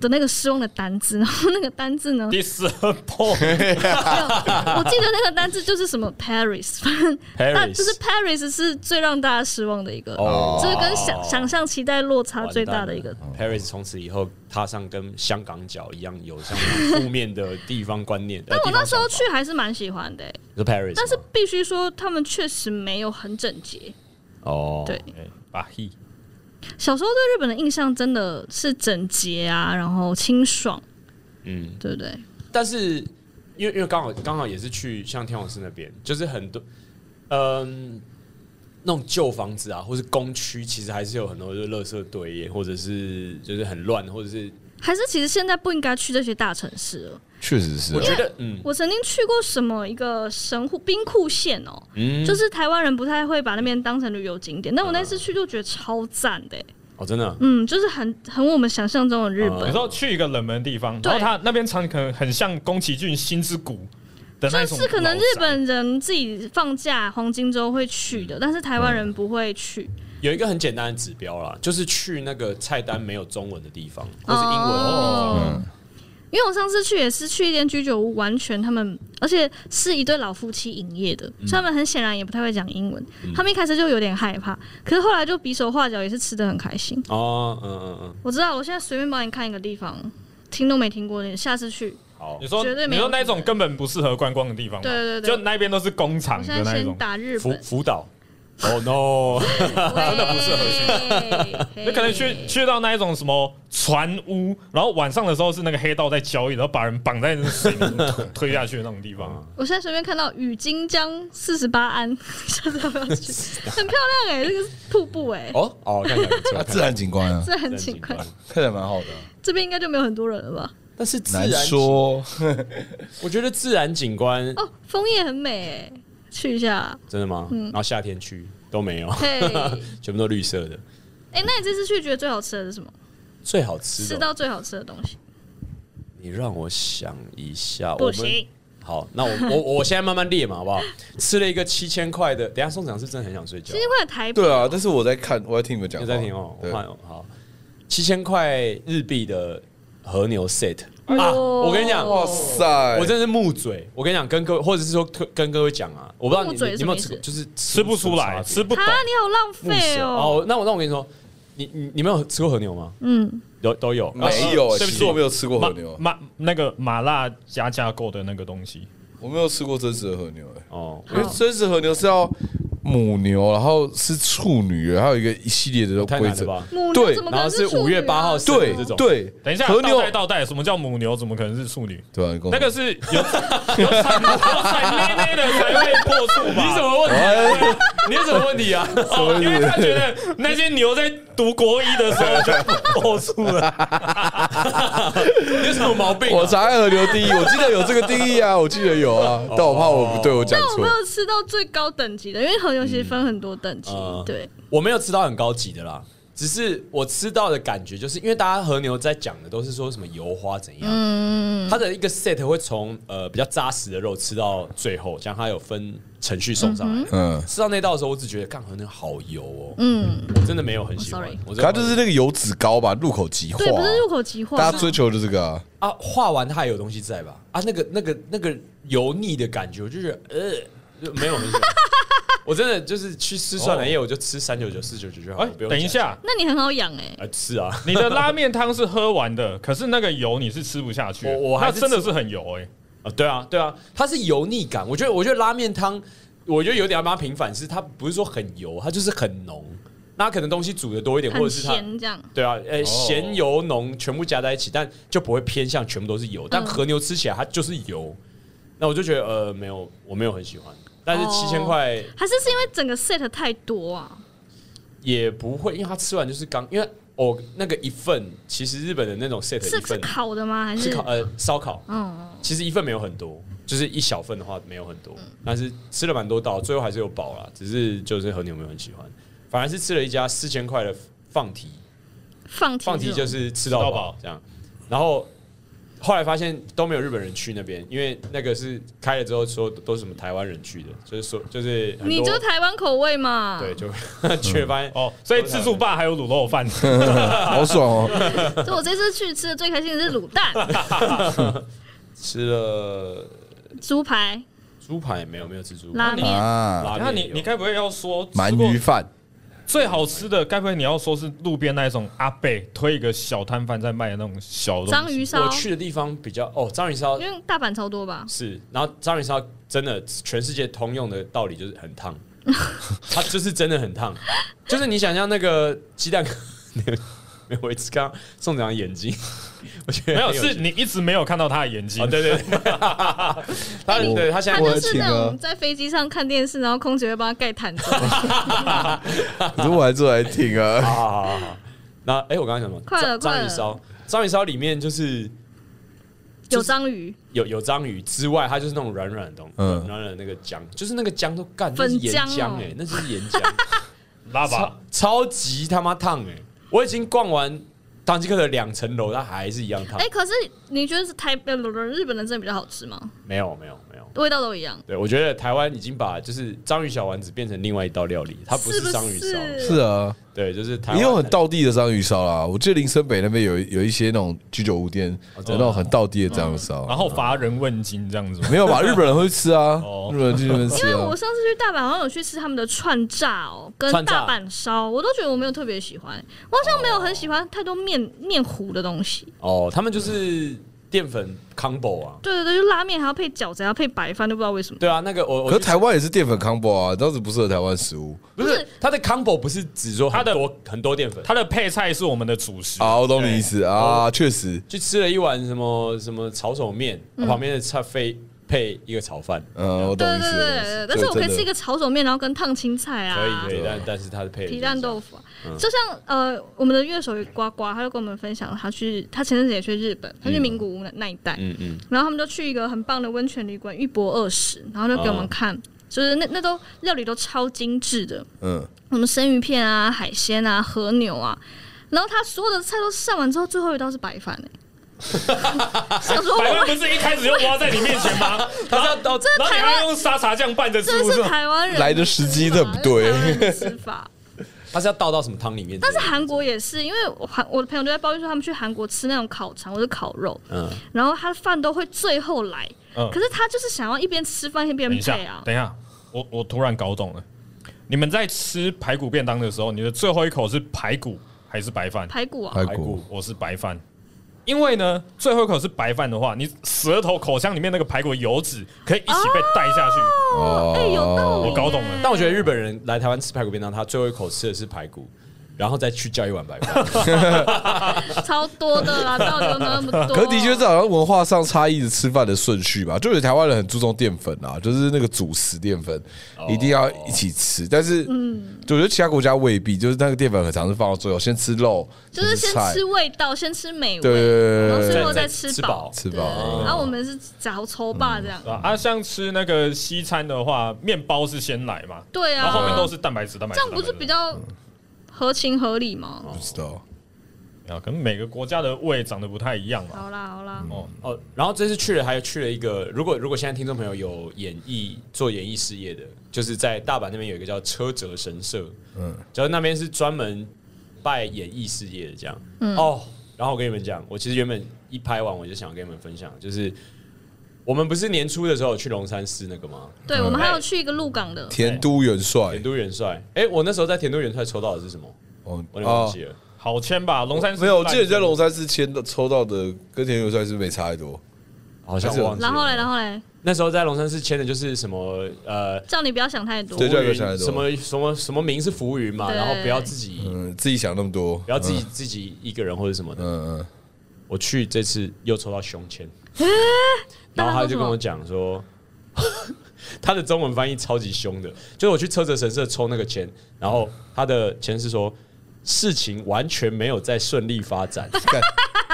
Speaker 4: 的那个失望的单字，然后那个单字 呢，
Speaker 2: 第四 破
Speaker 4: 我记得那个单字就是什么 Paris，反 正那就是 Paris 是最让大家失望的一个，
Speaker 1: 哦
Speaker 4: 就是跟想想象期待落差最大的一个。
Speaker 1: Paris 从此以后踏上跟香港脚一样有像负面的地方观念。呃
Speaker 4: 但 我那时候去还是蛮喜欢的欸、
Speaker 1: 是 Paris，
Speaker 4: 但是必须说他们确实没有很整洁。
Speaker 1: 哦，
Speaker 4: 对，
Speaker 2: 把 he
Speaker 4: 小时候对日本的印象真的是整洁啊，然后清爽，
Speaker 1: 嗯，
Speaker 4: 对不对？
Speaker 1: 但是因为因为刚好刚好也是去像天王寺那边，就是很多嗯那种旧房子啊，或是工区，其实还是有很多就是垃圾堆耶，或者是就是很乱，或者是
Speaker 4: 还是其实现在不应该去这些大城市了。
Speaker 3: 确实是
Speaker 1: 我
Speaker 3: 啊，
Speaker 1: 觉得嗯
Speaker 4: 我曾经去过什么一个神户兵库县哦、
Speaker 1: 嗯，啊
Speaker 4: 就是台湾人不太会把那边当成旅游景点，但我那次去就觉得超赞的欸、
Speaker 1: 哦真的
Speaker 4: 嗯，就是很很我们想象中的日
Speaker 1: 嗯
Speaker 2: 有
Speaker 4: 本
Speaker 2: 时，候去一个冷门地方，
Speaker 4: 对
Speaker 2: 然后他那边场景可能很像宫崎骏《心之谷》的那
Speaker 4: 算
Speaker 2: 种，
Speaker 4: 是可能日本人自己放假黄金周会去
Speaker 1: 嗯
Speaker 4: 的，但是台湾人不会去。
Speaker 1: 有一个很简单的指标啦，就是去那个菜单没有中文的地方，或是英文
Speaker 4: 哦
Speaker 1: 哦，
Speaker 4: 因为我上次去也是去一间居酒屋，完全他们，而且是一对老夫妻营业的，所以他们很显然也不太会讲英文。他们一开始就有点害怕，可是后来就比手画脚，也是吃的很开心。
Speaker 1: 哦嗯嗯嗯，
Speaker 4: 我知道，我现在随便帮你看一个地方，听都没听过的，你下次去。
Speaker 1: 好
Speaker 2: 你，说
Speaker 4: 绝对没
Speaker 2: 你
Speaker 4: 有
Speaker 2: 说那种根本不适合观光的地方嘛，
Speaker 4: 对对对
Speaker 2: 就那边都是工厂
Speaker 4: 我
Speaker 2: 的
Speaker 4: 现在
Speaker 2: 那一
Speaker 4: 先
Speaker 2: 种，
Speaker 4: 打日
Speaker 1: 福
Speaker 4: 本，
Speaker 1: 福岛。哦 no！
Speaker 4: 真的不适合去。
Speaker 2: 你可能去去到那一种什么船屋，然后晚上的时候是那个黑道在交易，然后把人绑在那个水泥推推下去的那种地方，
Speaker 4: 我现在随便看到雨金江四十八安， 下次要不要去？很漂亮哎、这个是瀑布哎、
Speaker 1: 哦哦，看起来不错
Speaker 3: 啊，自然景观啊，
Speaker 4: 这很
Speaker 1: 看起来
Speaker 4: 奇
Speaker 1: 景
Speaker 4: 怪
Speaker 1: 观。
Speaker 3: 看起来蛮好的啊，
Speaker 4: 这边应该就没有很多人了吧？
Speaker 1: 但是自然
Speaker 3: 难
Speaker 1: 景
Speaker 3: 说。
Speaker 1: 我觉得自然景观
Speaker 4: 哦，枫叶很美哎、去一下。
Speaker 1: 真的吗？
Speaker 4: 嗯
Speaker 1: 然后夏天去都没有，
Speaker 4: 嘿，
Speaker 1: 全部都绿色的，
Speaker 4: 哎、那你这次去觉得最好吃的是什么？
Speaker 1: 最好吃
Speaker 4: 吃
Speaker 1: 的。
Speaker 4: 到最好吃的东西？
Speaker 1: 你让我想一下，我
Speaker 4: 不
Speaker 1: 们
Speaker 4: 行，
Speaker 1: 好，那我我 我现在慢慢列嘛，好不好？吃了一个七千块的，等一下宋长是真的很想睡觉
Speaker 4: 今，天快台北
Speaker 3: 对啊，但是我在看，我在听你们讲
Speaker 1: 就
Speaker 3: 话，
Speaker 1: 在听哦，我
Speaker 3: 对
Speaker 1: 看哦好，七千块日币的和牛 set
Speaker 4: 哎呦
Speaker 1: 啊，我跟你讲，
Speaker 3: 哇塞，
Speaker 1: 我真的是木嘴，我跟你讲，跟各位或者是说跟各位讲啊，我不知道你
Speaker 4: 木嘴
Speaker 1: 你
Speaker 4: 是
Speaker 1: 你有没有
Speaker 4: 什
Speaker 1: 吃过，
Speaker 4: 么意思
Speaker 1: 就是
Speaker 2: 吃不出来，
Speaker 1: 吃
Speaker 2: 吃
Speaker 1: 不
Speaker 2: 不懂。
Speaker 4: 啊，你好浪
Speaker 1: 出差别
Speaker 4: 费
Speaker 1: 木舌
Speaker 4: 哦、
Speaker 1: 哦，那我那我跟你说，你你你们有吃过和牛吗？
Speaker 4: 嗯，
Speaker 1: 有都有，
Speaker 3: 没有，
Speaker 2: 啊
Speaker 3: 其
Speaker 2: 对不起
Speaker 3: 实我没有吃过
Speaker 2: 麻
Speaker 3: 和牛，
Speaker 2: 麻那个麻辣加架构的那个东西，
Speaker 3: 我没有吃过真实的和牛，哎
Speaker 1: 哦，
Speaker 4: 好
Speaker 3: 因为真实和牛是要母牛，然后是处女，还有一个一系列的
Speaker 1: 太
Speaker 3: 规
Speaker 1: 难了
Speaker 3: 则。
Speaker 1: 吧？
Speaker 4: 母牛
Speaker 3: 对
Speaker 4: 怎么可
Speaker 1: 然后
Speaker 4: 能
Speaker 1: 是
Speaker 4: 处女啊
Speaker 1: 五月八号生
Speaker 3: 对
Speaker 1: 日这种，
Speaker 3: 对，
Speaker 2: 等一下
Speaker 3: 和
Speaker 2: 倒
Speaker 3: 牛
Speaker 2: 带倒带，什么叫母牛？怎么可能是处女？
Speaker 3: 对啊，你跟我
Speaker 2: 那个是有有产有产妹妹的才会破处吧？
Speaker 1: 你什么问题？啊
Speaker 3: 哎
Speaker 1: 你有什么问题啊？
Speaker 2: 哦，因为他觉得那些牛在读国一的时候就破处了。
Speaker 1: 你有什么毛病啊？
Speaker 3: 我查爱和牛第一，我记得有这个定义啊，我记得有啊，但我怕我不对我讲
Speaker 4: 但我
Speaker 3: 错
Speaker 4: 没。有吃到最高等级的，因为和牛其实分很多等级，
Speaker 1: 嗯
Speaker 4: 对，
Speaker 1: 我没有吃到很高级的啦，只是我吃到的感觉，就是因为大家和牛在讲的都是说什么油花怎样，
Speaker 4: 嗯
Speaker 1: 它的一个 set 会从呃比较扎实的肉吃到最后，这样它有分程序送上来。
Speaker 3: 嗯，
Speaker 1: 吃到那道的时候，我只觉得干和牛好油哦，
Speaker 4: 嗯，Oh,
Speaker 1: 我真的没有很喜欢
Speaker 4: Sorry。
Speaker 1: 我真的
Speaker 3: 它就是那个油脂高吧，入口即化
Speaker 4: 对，，不是入口啊即化，
Speaker 3: 大家追求的这个啊。
Speaker 1: 啊，画完它还有东西在吧？啊，那个那个那个油腻的感觉，我就是呃，就没有很 喜欢。我真的就是去吃蒜兰叶，我就吃三九九、四九九就好
Speaker 2: 哎
Speaker 1: 了，不，用。
Speaker 2: 等一，下，
Speaker 4: 那你很好养哎、
Speaker 1: 啊，是啊，
Speaker 2: 你的拉面汤是喝完的，可是那个油你是吃不下去的，
Speaker 1: 我我还
Speaker 2: 那
Speaker 1: 是
Speaker 2: 真的是很油哎、
Speaker 1: 啊，对啊，对啊，它是油腻感。我觉得，我觉得拉面汤，我觉得有点要帮它平反，是它不是说很油，它就是很浓。那它可能东西煮的多一点，或者
Speaker 4: 很
Speaker 1: 是它
Speaker 4: 咸这样。
Speaker 1: 对啊，呃，咸油浓全部加在一起，但就不会偏向全部都是油。但
Speaker 4: 嗯
Speaker 1: 和牛吃起来它就是油，那我就觉得呃没有，我没有很喜欢。但是七
Speaker 4: 哦
Speaker 1: 千块
Speaker 4: 还是是因为整个 set 太多啊？
Speaker 1: 也不会，因为它吃完就是刚，因为哦那个一份，其实日本的那种 set
Speaker 4: 是
Speaker 1: 一
Speaker 4: 是
Speaker 1: 份
Speaker 4: 烤的吗？还
Speaker 1: 是
Speaker 4: 是
Speaker 1: 烤呃烧烤，
Speaker 4: 嗯，
Speaker 1: 其实一份没有很多，就是一小份的话没有很多，但是吃了蛮多道，最后还是有饱啦。只是就是和牛没有很喜欢，反而是吃了一家四千块的放题，
Speaker 4: 放题
Speaker 1: 放题就是是吃到
Speaker 2: 吃
Speaker 1: 饱
Speaker 2: 到饱
Speaker 1: 这样。然后后来发现都没有日本人去那边，因为那个是开了之后说都是什么台湾人去的，就是说就是很多
Speaker 4: 你就台湾口味嘛？
Speaker 1: 对，就 缺发现
Speaker 2: 哦，所以自助吧还有卤肉饭，
Speaker 3: 好爽哦！
Speaker 4: 所以我这次去吃的最开心的是卤 蛋、
Speaker 1: 吃了
Speaker 4: 猪排、
Speaker 1: 猪排没有没有吃猪
Speaker 4: 拉
Speaker 1: 排，
Speaker 4: 面。
Speaker 3: 啊，
Speaker 1: 拉
Speaker 2: 那
Speaker 1: 面
Speaker 2: 你
Speaker 1: 有
Speaker 2: 你该不会要说
Speaker 3: 鳗
Speaker 2: 吃过
Speaker 3: 鱼饭
Speaker 2: 最好吃的？该不会你要说是路边那一种阿贝推一个小摊贩在卖的那种小东
Speaker 4: 章
Speaker 2: 西？
Speaker 4: 鱼
Speaker 1: 我
Speaker 4: 烧，
Speaker 1: 去的地方比较哦章鱼烧
Speaker 4: 因为大阪超多吧？
Speaker 1: 是，然后章鱼烧真的全世界通用的道理就是很烫， 它就是真的很烫，就是你想象那个鸡蛋，没有，我一直刚刚宋长眼睛，我觉得
Speaker 2: 没有，
Speaker 1: 很
Speaker 2: 是
Speaker 1: 趣
Speaker 2: 你一直没有看到他的眼睛
Speaker 1: 哦，。对对对，他对他现在
Speaker 4: 他
Speaker 3: 我
Speaker 4: 就是那
Speaker 3: 请
Speaker 4: 种
Speaker 3: 了
Speaker 4: 在飞机上看电视，然后空姐会帮他盖 毯子。
Speaker 3: 可是我还做来听啊。
Speaker 1: 好好好 好，那哎，我刚刚讲什么？
Speaker 4: 快了
Speaker 1: 章
Speaker 4: 快
Speaker 1: 章
Speaker 4: 了
Speaker 1: 鱼烧，章鱼烧里面就是
Speaker 4: 有章鱼，
Speaker 1: 有有章鱼之外，它就是那种软软的东西，
Speaker 3: 嗯
Speaker 1: 软软的那个姜，就是那个姜都干，那是
Speaker 4: 粉
Speaker 1: 岩
Speaker 4: 姜
Speaker 1: 浆
Speaker 4: 哦
Speaker 1: 哎，那是岩浆。
Speaker 2: 拉
Speaker 1: 超
Speaker 2: 吧，
Speaker 1: 超级他妈烫哎！我已经逛完唐吉诃德两层楼，它还是一样烫。
Speaker 4: 哎，可是你觉得是台呃日本的真的比较好吃吗？
Speaker 1: 没有没有没有，
Speaker 4: 味道都一样，
Speaker 1: 对我觉得台湾已经把就是章鱼小丸子变成另外一道料理，它不
Speaker 4: 是
Speaker 1: 章鱼烧，
Speaker 4: 是
Speaker 3: 是啊，
Speaker 1: 对，就是台湾
Speaker 3: 也有很道地的章鱼烧啊啦。我记得林森北那边有有一些那种居酒屋店，有那种很道地的章鱼 烧。啊
Speaker 2: 然后乏人问津这样子吗。
Speaker 3: 没有吧？日本人会吃啊
Speaker 2: 哦，
Speaker 3: 日本人去那边吃
Speaker 4: 因为
Speaker 3: 啊
Speaker 4: 我。上次去大阪，好像有去吃他们的串炸哦，跟
Speaker 1: 串炸
Speaker 4: 大阪烧，我都觉得我没有特别喜欢，我好像没有很喜欢太多面面糊的东西。
Speaker 1: 哦，他们就是淀粉 combo 啊，
Speaker 4: 对对对，就拉面还要配饺子，还要配白饭，都不知道为什么。
Speaker 1: 对啊，那个我我
Speaker 3: 可是台湾也是淀粉 combo 啊，这样子不适合台湾食物
Speaker 1: 不
Speaker 4: 不
Speaker 1: 是
Speaker 4: 是
Speaker 1: 它的 combo 不是指说
Speaker 2: 它
Speaker 1: 很
Speaker 2: 的
Speaker 1: 多很多淀粉，
Speaker 2: 它的配菜是我们的主食，
Speaker 3: 啊。我懂你意思啊，确实，
Speaker 1: 去吃了一碗什么什么炒手面，
Speaker 4: 嗯
Speaker 1: 旁边的菜配配一个炒饭，
Speaker 3: 嗯，我懂
Speaker 4: 对
Speaker 3: 意
Speaker 4: 对
Speaker 3: 思。我懂意
Speaker 4: 对对
Speaker 3: 思
Speaker 4: 对，但是我可以
Speaker 3: 真的
Speaker 4: 吃一个炒手面，然后跟烫青菜啊，
Speaker 1: 可以可以，
Speaker 3: 对啊
Speaker 1: 但但是它是配
Speaker 4: 皮蛋豆腐啊、就像呃，我们的乐手呱呱，他就跟我们分享，他去他前阵子也去日本，他去名古屋那那一带，
Speaker 1: 嗯嗯，
Speaker 4: 然后他们就去一个很棒的温泉旅馆，玉博二十，然后就给我们看，就是那那都料理都超精致的，
Speaker 3: 嗯，
Speaker 4: 什么生鱼片啊、海鲜啊、和牛啊，然后他所有的菜都上完之后，最后一道是白饭哎、想说
Speaker 2: 白
Speaker 4: 我
Speaker 2: 饭不是一开始就挖在你面前吗？ 然后
Speaker 1: 到
Speaker 2: 然后你
Speaker 4: 台
Speaker 2: 还
Speaker 4: 湾
Speaker 2: 用沙茶酱拌着吃，
Speaker 4: 这
Speaker 2: 不是？
Speaker 4: 是台湾人
Speaker 3: 来的时机真的不对
Speaker 4: 这是 台啊湾人的吃法。
Speaker 1: 它是要倒到什么汤里面之类
Speaker 4: 但
Speaker 1: 的？
Speaker 4: 是韩国也是，因为我韩我的朋友都在抱怨说，他们去韩国吃那种烤肠或者烤肉，
Speaker 1: 嗯。
Speaker 4: 然后他饭都会最后来，
Speaker 2: 嗯
Speaker 4: 可是他就是想要一边吃饭一边
Speaker 2: 等一下
Speaker 4: 配啊，。
Speaker 2: 等一下，我我突然搞懂了，你们在吃排骨便当的时候，你的最后一口是排骨还是白饭？
Speaker 4: 排骨啊，
Speaker 3: 排
Speaker 1: 排
Speaker 3: 骨
Speaker 1: 骨
Speaker 2: 我是白饭。因为呢，最后一口是白饭的话，你舌头、口腔里面那个排骨油脂可以一起被带下去。
Speaker 3: 哦
Speaker 4: 哎、有道理、
Speaker 2: 我搞懂了
Speaker 1: 但我觉得日本人来台湾吃排骨便当，他最后一口吃的是排骨，然后再去叫一碗白 饭。
Speaker 4: 得超多的啦，到底有那么多？
Speaker 3: 可是的确，这好像文化上差异的吃饭的顺序吧，就是台湾人很注重淀粉啊，就是那个主食淀粉一定要一起吃，但是嗯，我觉得其他国家未必，就是那个淀粉很常是放到最后，先吃肉，
Speaker 4: 就是先
Speaker 3: 菜
Speaker 4: 吃，味道，先吃美味，
Speaker 3: 对对对
Speaker 4: 然后
Speaker 3: 对
Speaker 4: 最
Speaker 3: 对
Speaker 4: 后
Speaker 1: 再
Speaker 4: 再
Speaker 1: 再
Speaker 4: 吃
Speaker 1: 吃
Speaker 4: 饱
Speaker 1: 饱。
Speaker 3: 吃
Speaker 4: 对，
Speaker 3: 饱。
Speaker 4: 然后我们是嚼抽霸这样。
Speaker 2: 啊啊，像吃那个西餐的话，面包是先来嘛，
Speaker 4: 对
Speaker 2: 然后后面
Speaker 4: 啊
Speaker 2: 都，是蛋白质，蛋白
Speaker 4: 这
Speaker 2: 质。
Speaker 4: 样不是
Speaker 2: 蛋白质
Speaker 4: 比较合情合理吗？
Speaker 3: 不知道，
Speaker 2: 啊？可能每个国家的胃长得不太一样嘛。
Speaker 4: 好啦好啦，
Speaker 2: 哦，
Speaker 1: 哦，然后这次去了，还有去了一个，如果如果现在听众朋友有演艺做演艺事业的，就是在大阪那边有一个叫车辙神社，嗯，就是那边是专门拜演艺事业的这样。
Speaker 4: 嗯
Speaker 1: 哦，然后我跟你们讲，我其实原本一拍完我就想跟你们分享，就是哦我们不是年初的时候去龙山寺那个吗？
Speaker 4: 对我们还有去一个鹿港的，
Speaker 3: 田都元帅
Speaker 1: 田，都元帅，哎、我那时候在田都元帅抽到的是什么？
Speaker 3: 哦
Speaker 1: 我有点忘记了。
Speaker 2: 好签吧，龙山寺
Speaker 3: 没有，我记
Speaker 2: 烂
Speaker 3: 得你在龙山寺签的抽到的跟田都元帅是不是没差太多？
Speaker 1: 好像忘记了。
Speaker 4: 然后嘞然后嘞，
Speaker 1: 那时候在龙山寺签的就是什么呃，
Speaker 4: 叫你不要想太多
Speaker 3: 对。
Speaker 1: 浮
Speaker 3: 叫
Speaker 1: 云
Speaker 3: 小孩多
Speaker 1: 什么什么什么名是浮云嘛，
Speaker 4: 对
Speaker 1: 然后不要自己
Speaker 3: 嗯，自己想那么多，
Speaker 1: 不要自己自己一个人或者什么的。
Speaker 3: 嗯，嗯
Speaker 1: 我去这次又抽到胸签，
Speaker 4: 那
Speaker 1: 然后
Speaker 4: 他
Speaker 1: 他
Speaker 4: 说
Speaker 1: 就跟我讲 说，他的中文翻译超级凶的，就是我去车辙神社抽那个签，然后他的签是说事情完全没有在顺利发 展，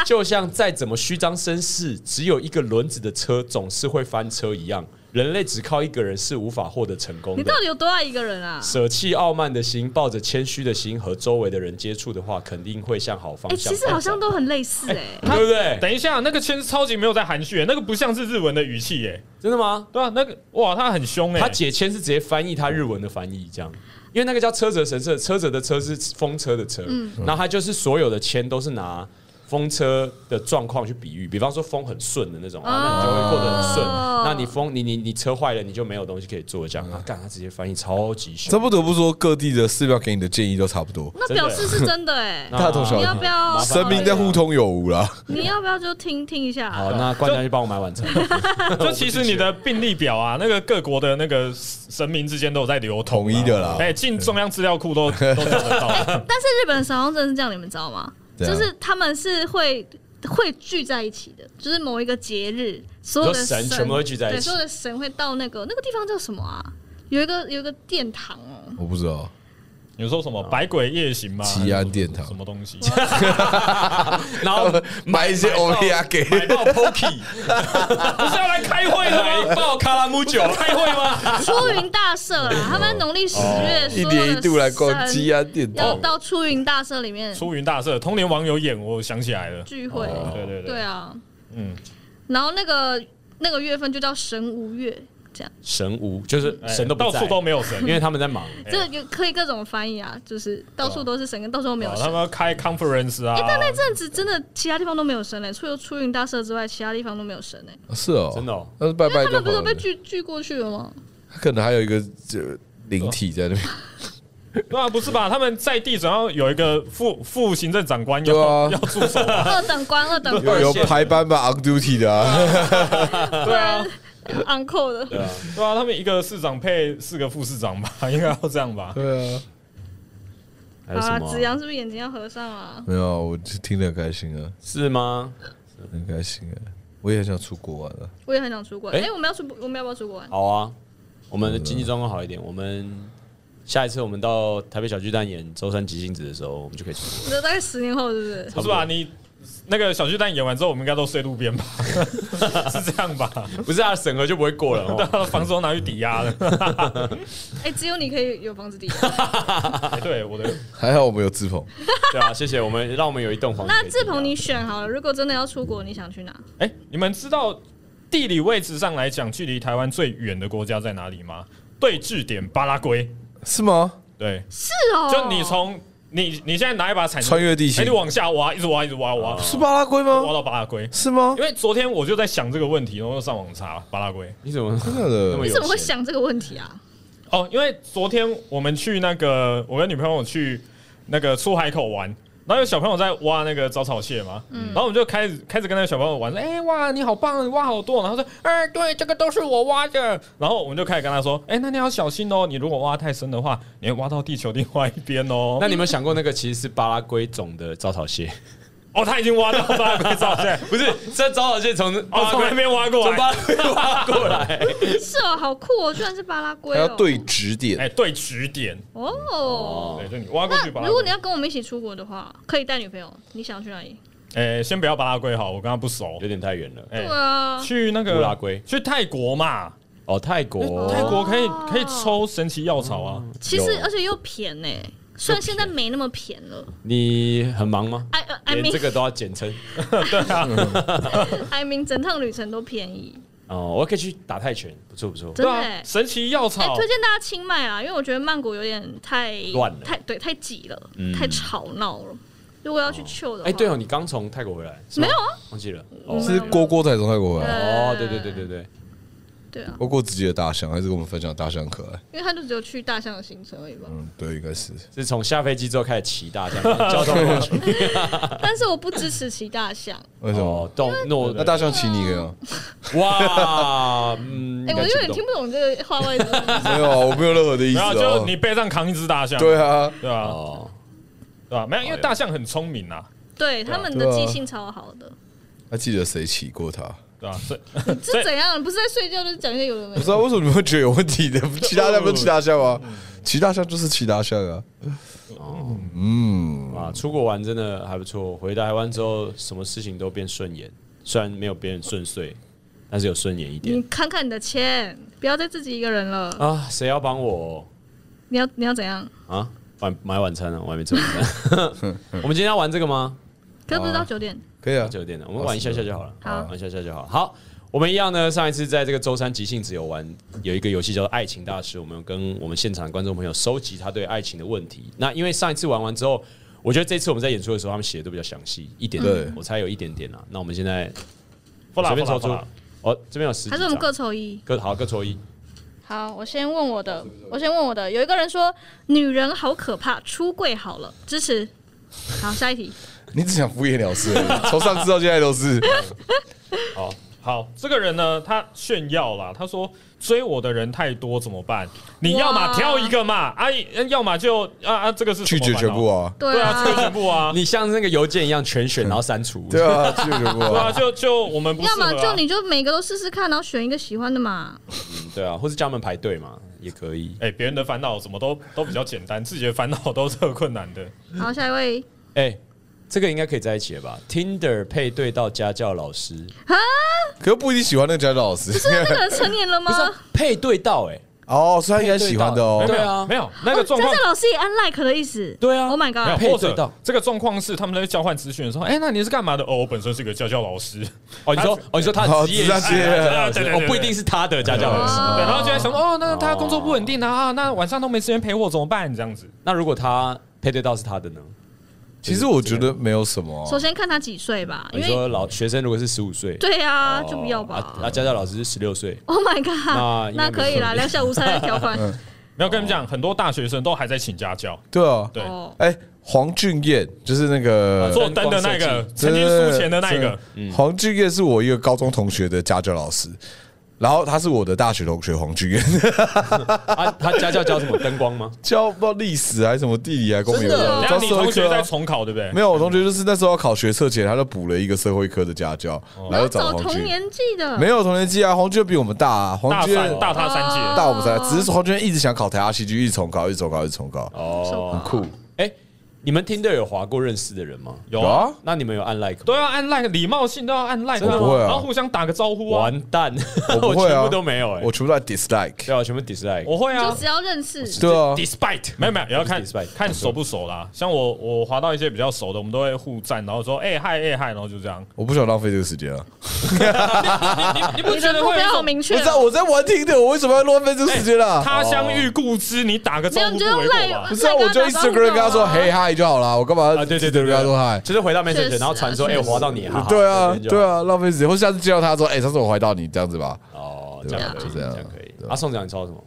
Speaker 1: 就像再怎么虚张声势，只有一个轮子的车总是会翻车一样，人类只靠一个人是无法获得成功
Speaker 4: 你
Speaker 1: 的
Speaker 4: 到。底有多爱一个人啊？
Speaker 1: 舍弃傲慢的心，抱着谦虚的心和周围的人接触的话，肯定会向好方
Speaker 4: 哎，
Speaker 1: 向发
Speaker 4: 其
Speaker 1: 展。
Speaker 4: 实好像都很类似哎。
Speaker 1: 对不对？
Speaker 2: 等一下，那个签超级没有在含蓄，欸那个不像是日文的语气耶。
Speaker 1: 真的吗？
Speaker 2: 对啊，那个哇，他很凶哎。
Speaker 1: 他解签是直接翻译他日文的翻译，这样，因为那个叫车辙神社，车辙的车是风车的车，然后他就是所有的签都是拿风车的状况去比喻，比方说风很顺的那种，啊，那你就会过得很顺。
Speaker 4: 哦
Speaker 1: 那你风你你你车坏了，你就没有东西可以做，这样啊，干他直接翻译超级
Speaker 3: 这
Speaker 1: 凶，
Speaker 3: 不得不说，各地的寺庙给你的建议都差不多，
Speaker 4: 那表示是真的哎。
Speaker 1: 那
Speaker 3: 大同小
Speaker 4: 你要
Speaker 3: 异
Speaker 4: 不，要？
Speaker 3: 神明在互。通有无啦。
Speaker 4: 你要不要就听听一下？
Speaker 1: 好，那关家去帮我买晚餐。
Speaker 2: 就其实你的病历表啊，那个各国的那个神明之间都有在流通啊
Speaker 3: 统一的啦
Speaker 2: 哎，进中央资料库都都找得到。
Speaker 4: 但是日本的神话真是这样，你们知道吗？
Speaker 3: 怎
Speaker 1: 啊
Speaker 4: 就
Speaker 3: 样
Speaker 4: 是他们是会会聚在一起的，就是某一个节日，所有的
Speaker 1: 你说神全部会聚在一起
Speaker 4: 对，所有的神会到那个那个地方叫什么啊？有一个有一个殿堂哦，
Speaker 3: 我不知道，
Speaker 2: 你说什么百鬼夜行吗？
Speaker 3: 奇安殿堂
Speaker 2: 什么东西？
Speaker 1: 然后
Speaker 3: 买一些 O P R 给
Speaker 1: 买爆 Pokey，
Speaker 2: 不是要来开会的吗？
Speaker 1: 买 爆卡拉姆酒，
Speaker 2: 开会吗？
Speaker 4: 出云大社 啦，
Speaker 1: 哦
Speaker 4: 他们农历十月
Speaker 3: 一
Speaker 4: 所有的
Speaker 3: 年一度来逛啊
Speaker 4: 神
Speaker 1: 啊
Speaker 3: 吉安殿
Speaker 4: 要
Speaker 1: 哦
Speaker 3: 堂，
Speaker 4: 到出云大社里面
Speaker 2: 出云大社，通年网友演，我想起来了。
Speaker 4: 聚会，
Speaker 2: 对对
Speaker 4: 对，啊，
Speaker 2: 嗯，
Speaker 4: 然后那个那个月份就叫神无月，这样
Speaker 1: 神无就是
Speaker 2: 哎
Speaker 1: 神都
Speaker 2: 到
Speaker 1: 不在
Speaker 2: 处，都没有 神，
Speaker 1: 因为他们在忙。
Speaker 2: 哎
Speaker 4: 这个可以各种翻译啊，就是到处都是神，跟到处都没有
Speaker 2: 哦
Speaker 4: 神
Speaker 2: 他。们要开 conference 啊。
Speaker 4: 甚至真的其他地方都没有神嘞、欸除了出云大社之外，其他地方都没有神嘞、欸
Speaker 3: 是哦，
Speaker 1: 真的哦
Speaker 3: 那是拜拜
Speaker 4: 他
Speaker 3: 就
Speaker 4: 们
Speaker 3: 好
Speaker 4: 不是
Speaker 3: 了
Speaker 4: 被。拒拒过去 了吗？
Speaker 3: 他可能还有一个这灵体在那边，
Speaker 2: 对啊，不是吧？他们在地总要有一个副副行政长官要
Speaker 3: 对啊
Speaker 2: 要驻守啊，
Speaker 4: 二等官，二等
Speaker 3: 有
Speaker 4: 官，
Speaker 3: 有排班吧，on duty 的啊，
Speaker 2: 对啊，
Speaker 4: uncle 的。
Speaker 1: 对啊，
Speaker 2: 对啊，他们一个市长配四个副市长吧， 应该要这样吧？
Speaker 3: 对啊，
Speaker 1: 还
Speaker 4: 好
Speaker 1: 有什
Speaker 4: 啦，
Speaker 1: 么
Speaker 4: 啊
Speaker 1: 啊
Speaker 4: 子阳是不是眼睛要合上啊？
Speaker 3: 没有，我就听得很开心啊，
Speaker 1: 是吗？
Speaker 3: 很开心啊，我也很想出国玩啊，
Speaker 4: 我也很想出国。哎、
Speaker 1: 哎
Speaker 4: 我们要出，我们要不要出国玩？
Speaker 1: 好啊，我们的经济状况好一点，我们下一次我们到台北小巨蛋演周三急性子的时候，我们就 可以出国。
Speaker 4: 这大概十年后是不是？
Speaker 2: 不是吧？你那个小巨蛋演完之后，我们应该都睡路边吧？ 是这样吧？
Speaker 1: 不是啊，审核就不会过了 哦。
Speaker 2: 把房子都拿去抵押了。
Speaker 4: 哎、只有你可以有房子抵押。
Speaker 2: 哎 对，我的
Speaker 3: 还好我们有志鹏，
Speaker 1: 对啊，谢谢我们，让我们有一栋房子可以
Speaker 4: 那
Speaker 1: 抵押。
Speaker 4: 志鹏，你选好了。如果真的要出国，你想去哪？
Speaker 2: 哎，你们知道地理位置上来讲，距离台湾最远的国家在哪里吗？对峙点巴拉圭。
Speaker 3: 是吗？
Speaker 2: 对，
Speaker 4: 是哦，
Speaker 2: 就你从你你现在拿一把铲子
Speaker 3: 穿越地
Speaker 2: 哎，
Speaker 3: 形啊
Speaker 2: 你往下挖，一直挖，一直挖，挖
Speaker 3: 是巴拉圭
Speaker 2: 挖
Speaker 3: 吗？
Speaker 2: 到巴拉圭。
Speaker 3: 是吗
Speaker 2: 因？为昨天我就在想这个问题，然后又上网查巴拉圭。
Speaker 1: 你怎么
Speaker 3: 真的
Speaker 1: 那么
Speaker 3: 的
Speaker 1: 有
Speaker 4: 你怎么会想这个问题啊？
Speaker 2: 哦，因为昨天我们去那个，我跟女朋友去那个出海口玩。然后有小朋友在挖那个招潮蟹嘛，
Speaker 4: 嗯
Speaker 2: 然后我们就开始开始跟那个小朋友玩，说：“哎、哇，你好棒，你挖好多。”然后说：“哎、对，这个都是我挖的。”然后我们就开始跟他说：“哎、那你要小心哦，你如果挖太深的话，你会挖到地球另外一边哦。
Speaker 1: 那你有没有想过，那个其实是巴拉圭种的招潮蟹？
Speaker 2: 哦，他已经挖到巴拉圭招潮 蟹，
Speaker 1: 不是，这招潮蟹从
Speaker 2: 哦，
Speaker 1: 巴拉
Speaker 2: 从
Speaker 1: 圭
Speaker 2: 那边挖过
Speaker 1: 从
Speaker 2: 来，
Speaker 1: 巴拉圭挖过来。
Speaker 4: 是哦，好酷哦，居然是巴拉圭
Speaker 3: 还
Speaker 4: 哦。
Speaker 3: 要对指点
Speaker 2: 哎、对指点，
Speaker 4: 哦。
Speaker 2: 对，就你挖过
Speaker 4: 那
Speaker 2: 去巴拉
Speaker 4: 如果
Speaker 2: 圭
Speaker 4: 你。要跟我们一起出国的话，可以带女朋友。你想去哪里？
Speaker 2: 哎、先不要巴拉圭好，我跟他不熟
Speaker 1: 有。点太远了。
Speaker 2: 哎、
Speaker 4: 对啊，
Speaker 2: 去那个
Speaker 1: 乌拉圭
Speaker 2: 去泰国嘛，
Speaker 1: 哦，泰国，
Speaker 2: 泰国可以可以抽神奇药草啊。
Speaker 4: 其实
Speaker 1: 有
Speaker 4: 而且又便呢、虽然现在没那么便了。
Speaker 1: 你很忙吗？
Speaker 4: I 呃 I
Speaker 1: 连这
Speaker 4: mean
Speaker 1: 个都要简称
Speaker 4: I mean 整趟旅程都便宜，
Speaker 1: 哦，我可以去打泰拳，不错不错。
Speaker 4: 真的、
Speaker 2: 啊
Speaker 4: 欸。，
Speaker 2: 神奇药
Speaker 4: 哎、
Speaker 2: 草
Speaker 4: 推荐大家清迈啊，因为我觉得曼谷有点太
Speaker 1: 乱了
Speaker 4: 太对，太挤了，太吵闹了。如果要去 chill 的话，
Speaker 1: 哎，对哦，你刚从泰国回来，是吗
Speaker 4: 没有啊？
Speaker 1: 忘记了。
Speaker 4: 我
Speaker 1: 哦
Speaker 4: 们
Speaker 3: 是郭郭才从泰国回来，
Speaker 1: 哦，对对对对对。
Speaker 4: 对啊，
Speaker 3: 郭郭自己的大象，还是跟我们分享大象很可爱。
Speaker 4: 因为他就只有去大象的行程而已吧。
Speaker 3: 嗯，对，应该是
Speaker 1: 是从下飞机之后开始骑大哦象，交通工具
Speaker 4: 但是我不支持骑大象，
Speaker 3: 为什么？
Speaker 1: 哦，动诺
Speaker 3: 那大象骑你一个
Speaker 1: 哇，嗯，
Speaker 4: 哎、我
Speaker 1: 应该
Speaker 4: 有
Speaker 1: 记
Speaker 4: 点
Speaker 1: 不懂
Speaker 4: 听不懂这个话外之音
Speaker 3: 没有啊，我没有任何的意思
Speaker 2: 然
Speaker 3: 哦
Speaker 2: 后。就你背上扛一只大象，
Speaker 3: 对啊，
Speaker 2: 对吧？
Speaker 1: 哦，
Speaker 2: 对啊吧？没有，因为大象很聪明啊，
Speaker 4: 对，他们的记性超好的，
Speaker 3: 他记得谁骑过他？
Speaker 2: 对吧？所以
Speaker 4: 是怎样？不是在睡觉，就是讲一些有的
Speaker 3: 不
Speaker 4: 没的。
Speaker 3: 知道为什么你们会觉得有问题的？骑大象不是骑大象吗？骑大象就是骑大象啊。嗯，
Speaker 1: 啊，出国玩真的还不错。回台湾之后，什么事情都变顺眼，虽然没有别人顺遂，但是有顺眼一
Speaker 4: 你
Speaker 1: 点
Speaker 4: 看看你的钱，不要再自己一个人了。
Speaker 1: 啊。谁要帮我
Speaker 4: 你要你要怎样？
Speaker 1: 啊？晚买晚餐啊，我还没吃晚餐。我们今天要玩这个吗？
Speaker 4: 可不是到九点？
Speaker 3: 可以啊。
Speaker 1: 九点的，我们玩一下下就好了。
Speaker 4: 好
Speaker 1: 玩一下下就好。好，我们一样呢。上一次在这个周三即兴只有玩有一个游戏叫做《爱情大师》，我们有跟我们现场的观众朋友收集他对爱情的问题。那因为上一次玩完之后，我觉得这次我们在演出的时候，他们写的都比较详细一点，
Speaker 3: 对
Speaker 1: 我猜有一点点啊。那我们现在
Speaker 2: 不啦
Speaker 1: 随
Speaker 2: 不
Speaker 1: 便
Speaker 2: 啦
Speaker 1: 抽
Speaker 2: 不
Speaker 1: 出
Speaker 2: 啦，，
Speaker 1: 哦，这边有十几
Speaker 4: 还是我
Speaker 1: 张，
Speaker 4: 们各抽一？
Speaker 1: 各好各抽一。
Speaker 4: 好，我先问我的，我先问我的。有一个人说女人好可怕，出柜好了，支持。好，下一题。
Speaker 3: 你只想敷衍了事而已，从上次到现在都是。
Speaker 2: 好好，这个人呢，他炫耀啦，他说追我的人太多怎么办？你要嘛
Speaker 4: 哇
Speaker 2: 挑一个嘛，啊，要么就啊啊，这个是
Speaker 3: 拒绝全部
Speaker 2: 啊，
Speaker 3: 啊，
Speaker 4: 对
Speaker 2: 对啊，拒绝全
Speaker 4: 啊，
Speaker 2: 部啊，
Speaker 1: 你像那个邮件一样全选，然后删除。
Speaker 3: 对啊，拒绝全
Speaker 2: 嗯
Speaker 3: 部
Speaker 2: 对啊，
Speaker 3: 啊，
Speaker 2: 就就我们不适
Speaker 4: 要
Speaker 2: 合啊
Speaker 4: 么就你就每个都试试看，然后选一个喜欢的嘛。
Speaker 1: 嗯对啊，或是叫他们排队嘛，也可以。
Speaker 2: 哎，别人的烦恼怎么都都比较简单，自己的烦恼都是很困难的。
Speaker 4: 好，下一位。
Speaker 1: 哎、这个应该可以在一起了吧？Tinder 配对到家教老师，
Speaker 3: 可又不一定喜欢那个家教老师。
Speaker 4: 那个人成年了吗
Speaker 1: 不？是啊、配对到哎、
Speaker 3: 哦，所以他应该喜欢的哦
Speaker 1: 对。
Speaker 2: 没有
Speaker 1: 啊
Speaker 2: 没有那个状
Speaker 4: 哦
Speaker 2: 况
Speaker 4: 家，教老师也按 like 的意思。
Speaker 1: 对啊
Speaker 4: ，Oh my
Speaker 2: 没有
Speaker 4: god！
Speaker 1: 配对
Speaker 2: 或者
Speaker 1: 到
Speaker 2: 这个状况是他们在交换资讯的时候，哎，那你是干嘛的？哦，我本身是个家教老师，
Speaker 1: 哦，你说
Speaker 2: 他
Speaker 1: 哦，你说他的
Speaker 3: 哦
Speaker 1: 职业
Speaker 3: 职业
Speaker 1: 是家教老师
Speaker 2: 对对对
Speaker 1: 哦
Speaker 2: 对，对
Speaker 1: 不一定是他的家教老师。
Speaker 4: 哦
Speaker 2: 对，然后就在想说，哦，那他工作不稳定啊啊，那晚上都没时间陪我，怎么办？这样子，
Speaker 1: 那如果他配对到是他的呢？
Speaker 3: 其实我觉得没有什么
Speaker 4: 首
Speaker 3: 啊，
Speaker 4: 先看他几岁吧，因
Speaker 1: 哦你
Speaker 4: 为
Speaker 1: 说老学生如果是十五岁，
Speaker 4: 对啊，
Speaker 1: 哦
Speaker 4: 就不要
Speaker 1: 啊
Speaker 4: 吧。
Speaker 1: 那家教老师是十六 岁，
Speaker 4: Oh my
Speaker 1: 那
Speaker 4: god！
Speaker 1: 应该
Speaker 4: 那可以啦，
Speaker 1: 没有
Speaker 4: 两小无猜的条款。
Speaker 2: 没有跟你们讲，很多大学生都还在请家教，
Speaker 3: 对啊。
Speaker 2: 对，
Speaker 4: 哦，
Speaker 3: 哎，黄俊彦就是那个
Speaker 2: 做灯的那个，曾经
Speaker 3: 真
Speaker 2: 输钱的那一个
Speaker 3: 真，嗯黄俊彦是我一个高中同学的家教老师，然后他是我的大学同学黄俊彦，
Speaker 1: 啊，他家教教什么灯光吗？
Speaker 3: 教不知道历史还是什么地理还是公民，
Speaker 1: 真的哦
Speaker 2: 然
Speaker 3: 教
Speaker 2: 后你
Speaker 3: 社
Speaker 2: 同
Speaker 3: 会
Speaker 2: 学
Speaker 3: 科
Speaker 2: 在
Speaker 3: 啊。
Speaker 2: 重考，对不对？
Speaker 3: 没有，我同学就是那时候要考学测前，他就补了一个社会科的家教，然后就
Speaker 4: 找
Speaker 3: 了黄
Speaker 4: 同
Speaker 3: 俊彦。
Speaker 4: 年纪的，
Speaker 3: 没有童年记啊，黄俊彦比我们大啊，黄
Speaker 2: 大
Speaker 3: 俊
Speaker 2: 三
Speaker 3: 彦
Speaker 2: 大他三
Speaker 4: 啊
Speaker 2: 届，
Speaker 3: 大我们三，只是黄俊彦一直想考台大戏剧，一直重考，一直重考，一直重考，
Speaker 1: 哦，
Speaker 3: 酷
Speaker 1: 哎，你们 Tinder 有划过认识的人吗？
Speaker 2: 有
Speaker 3: 有
Speaker 2: 啊，
Speaker 3: 啊。
Speaker 1: 那你们有按 like 吗？
Speaker 2: 都要按 like，礼貌性都要按 like，
Speaker 3: 真的不会啊
Speaker 2: 然后互相打个招呼啊。
Speaker 1: 完蛋，
Speaker 3: 我不会 啊
Speaker 1: 全部都没有哎
Speaker 3: 我，全部都在 dislike，
Speaker 1: 对啊，全部 dislike。
Speaker 2: 我会
Speaker 4: 就
Speaker 2: 啊
Speaker 4: 只，要认识。
Speaker 3: 对啊，
Speaker 1: despite
Speaker 2: 没有没有，也要看
Speaker 1: Dislike
Speaker 2: 看熟不熟啦。像我我滑到一些比较熟的，我们都会互赞，然后说哎嗨哎嗨，然后就这样。
Speaker 3: 我不想浪费这个时间啊！
Speaker 2: 你
Speaker 4: 你的目标好明
Speaker 3: 我
Speaker 4: 确
Speaker 3: 知。道我在玩听的，我为什么要浪费这个时间啊啦？
Speaker 2: 他乡遇故知，你打个招
Speaker 4: 没
Speaker 2: 呼
Speaker 4: 有，你
Speaker 2: 不
Speaker 4: 就用
Speaker 2: 为
Speaker 4: 赖
Speaker 2: 过吧？
Speaker 3: 不是啊，我就 Instagram 跟他
Speaker 4: 啊
Speaker 3: 说嘿。嗨就好啦，我干嘛
Speaker 1: 啊，对对对，
Speaker 3: 跟他说嗨？
Speaker 1: 就是回到 message，
Speaker 4: 确实啊
Speaker 1: 然后传说，哎，
Speaker 4: 确
Speaker 1: 我
Speaker 4: 实
Speaker 1: 划到你，哈哈
Speaker 3: 对啊
Speaker 1: 这，边就
Speaker 3: 对
Speaker 1: 好，
Speaker 3: 啊，浪费时间。或下次见到他说，哎，上次我怀到你这样子吧，
Speaker 1: 哦，这
Speaker 3: 对
Speaker 1: 样
Speaker 3: 吧？
Speaker 1: 可
Speaker 3: 就
Speaker 1: 以，
Speaker 3: 这样
Speaker 1: 这样可以。啊，宋长你抽到什么？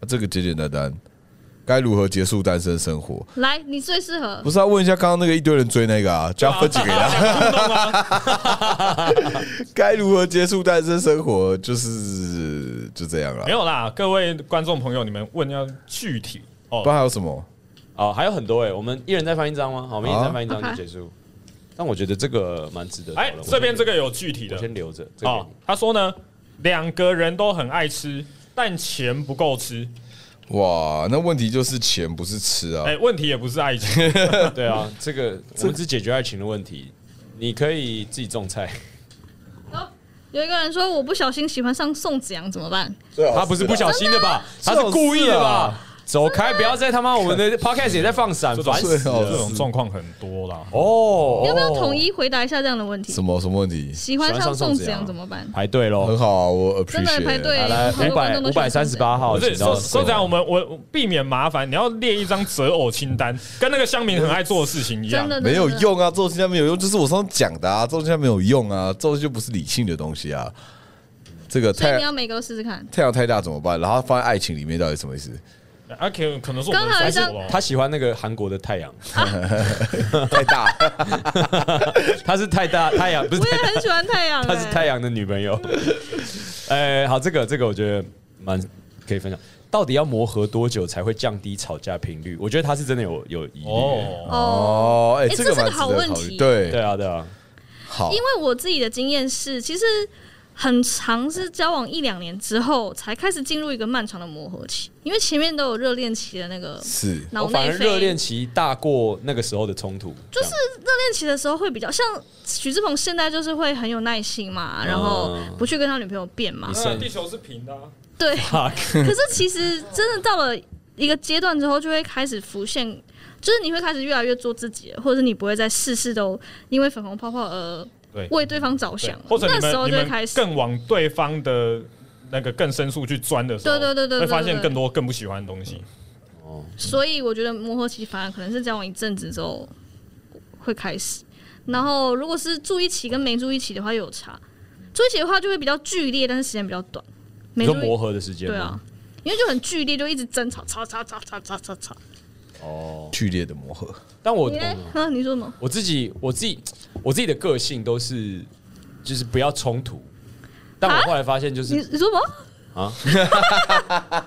Speaker 3: 啊这个简简单单，该如何结束单身生活？
Speaker 4: 来，你最适合
Speaker 3: 不。是要啊问一下刚刚那个一堆人追那个啊，加分几个给他。 该如何结束单身生活？就是就这样了
Speaker 2: 没。有啦，各位观众朋友，你们问要具体
Speaker 3: 不然
Speaker 2: 哦。
Speaker 3: 还有什么？
Speaker 1: 哦，还有很多哎，我们一人再翻一张吗？好，我们一人
Speaker 3: 好啊
Speaker 1: 再翻一张就结束。但我觉得这个蛮值得讨
Speaker 2: 哎
Speaker 1: 论。，
Speaker 2: 这边这
Speaker 1: 个
Speaker 2: 个有具体的
Speaker 1: 我先留着，这
Speaker 2: 哦
Speaker 1: 个。
Speaker 2: 他说呢，两个人都很爱吃，但钱不够吃。
Speaker 3: 哇，那问题就是钱不是吃啊。
Speaker 2: 哎，问题也不是爱情，
Speaker 1: 给你对啊，这个我们只解决爱情的问题，你可以自己种菜。
Speaker 4: 有一个人说我不小心喜欢上宋子阳怎么办？
Speaker 3: 最好
Speaker 1: 他不是不小心的吧？他
Speaker 3: 真
Speaker 1: 是
Speaker 3: 的
Speaker 1: 故意的
Speaker 3: 这种
Speaker 1: 吧？走开，不要再他妈我们的 podcast 也在放闪，
Speaker 2: 这种
Speaker 1: 烦死
Speaker 3: 最好
Speaker 2: 这
Speaker 1: 了。
Speaker 2: 种状况很多啦。
Speaker 1: 哦，
Speaker 4: 你要不要
Speaker 1: 哦
Speaker 4: 统一回答一下这样的问题
Speaker 3: 什？么什么问题？
Speaker 4: 喜欢上
Speaker 1: 喜欢上宋
Speaker 4: 宋子阳
Speaker 1: 子阳
Speaker 4: 怎么办？
Speaker 1: 排队喽
Speaker 3: 很？好啊，我
Speaker 4: 真的排
Speaker 3: appreciate。
Speaker 4: 队，
Speaker 1: 来来，
Speaker 4: 很
Speaker 1: 五
Speaker 4: 多观
Speaker 1: 百
Speaker 4: 众都
Speaker 1: 五
Speaker 4: 喜欢
Speaker 1: 百三十八号，
Speaker 2: 不是
Speaker 1: 请到
Speaker 2: 说说这样，我们我我避免麻烦，你要列一张择偶清单，跟那个乡民很爱做的事情一样
Speaker 4: 真。的
Speaker 3: 没有。
Speaker 4: 真的
Speaker 3: 用啊，做现在没有用，就是我上次讲的啊，做现在没有用啊，做就不是理性的东西啊。这个
Speaker 4: 所以
Speaker 3: 太
Speaker 4: 你要每个都试试看。
Speaker 3: 太阳太大怎么办？然后放在爱情里面到底什么意思？
Speaker 2: 啊，可可能是我们
Speaker 4: 刚好
Speaker 2: 的
Speaker 4: 有一
Speaker 2: 生
Speaker 4: 张
Speaker 2: 活吧。
Speaker 1: 他喜欢那个韩国的太阳，
Speaker 3: 太大，
Speaker 1: 他是太大太阳，不是
Speaker 4: 我
Speaker 1: 太
Speaker 4: 也很喜欢 太阳、欸，
Speaker 1: 她是太阳的女朋友。哎，好，这个这个我觉得蛮可以分享。到底要磨合多久才会降低吵架频率？我觉得他是真的有有疑虑、欸。
Speaker 2: 哦，
Speaker 4: 哦。
Speaker 3: 哦，哎，
Speaker 4: 哎
Speaker 3: 这个
Speaker 4: 这是个
Speaker 3: 蛮值
Speaker 4: 好
Speaker 3: 得
Speaker 4: 问
Speaker 3: 考虑，
Speaker 4: 题
Speaker 1: 对
Speaker 3: 对，
Speaker 1: 啊，对啊，
Speaker 3: 好
Speaker 4: 因，为我自己的经验是，其实很长是交往一两年之后才开始进入一个漫长的磨合期，因为前面都有热恋期的那个
Speaker 3: 是
Speaker 1: 我
Speaker 4: 脑
Speaker 1: 哦反
Speaker 4: 内
Speaker 1: 而
Speaker 4: 啡。
Speaker 1: 热
Speaker 4: 热
Speaker 1: 恋
Speaker 4: 恋
Speaker 1: 期大过那个时候的冲突，就是
Speaker 4: 期的时候会比较像许志鹏，现在就是会很有耐心嘛，然后
Speaker 1: 嗯
Speaker 4: 不去跟他女朋友变嘛
Speaker 1: 你，
Speaker 2: 当然地球是平的啊，
Speaker 4: 对。
Speaker 1: fuck
Speaker 4: 可是其实真的到了一个阶段之后，就会开始浮现，就是你会开始越来越做自己了，或者是你不会再事事都因为粉红泡泡而
Speaker 2: 对
Speaker 4: 为对方着
Speaker 2: 对
Speaker 4: 想了，
Speaker 2: 或者你
Speaker 4: 那时候
Speaker 2: 们你
Speaker 4: 就会开
Speaker 2: 们
Speaker 4: 始。
Speaker 2: 更往对方的那个更深处去钻的时候，
Speaker 4: 对对对对对
Speaker 2: 会发现
Speaker 4: 对嗯
Speaker 2: 更多更不喜欢的东西。
Speaker 4: 所以我觉得磨合期反而可能是交往一阵子之后会开始。然后如果是住一起跟没住一起的话又有差，住一起的话就会比较剧烈，但是时间比较短。
Speaker 1: 你
Speaker 4: 没住
Speaker 1: 说
Speaker 4: 一
Speaker 1: 磨合的时间
Speaker 4: 对啊
Speaker 1: 吗？，
Speaker 4: 因为就很剧烈，就一直争吵吵吵吵吵吵吵吵。
Speaker 1: 哦，
Speaker 3: 剧烈的磨合，
Speaker 1: 但我
Speaker 4: 你呢？啊，你说什么？
Speaker 1: 我自己我自己我自己的个性都是就是不要冲突，但
Speaker 4: 啊
Speaker 1: 我后来发现就
Speaker 4: 你
Speaker 1: 是
Speaker 4: 你说什么？
Speaker 1: 啊，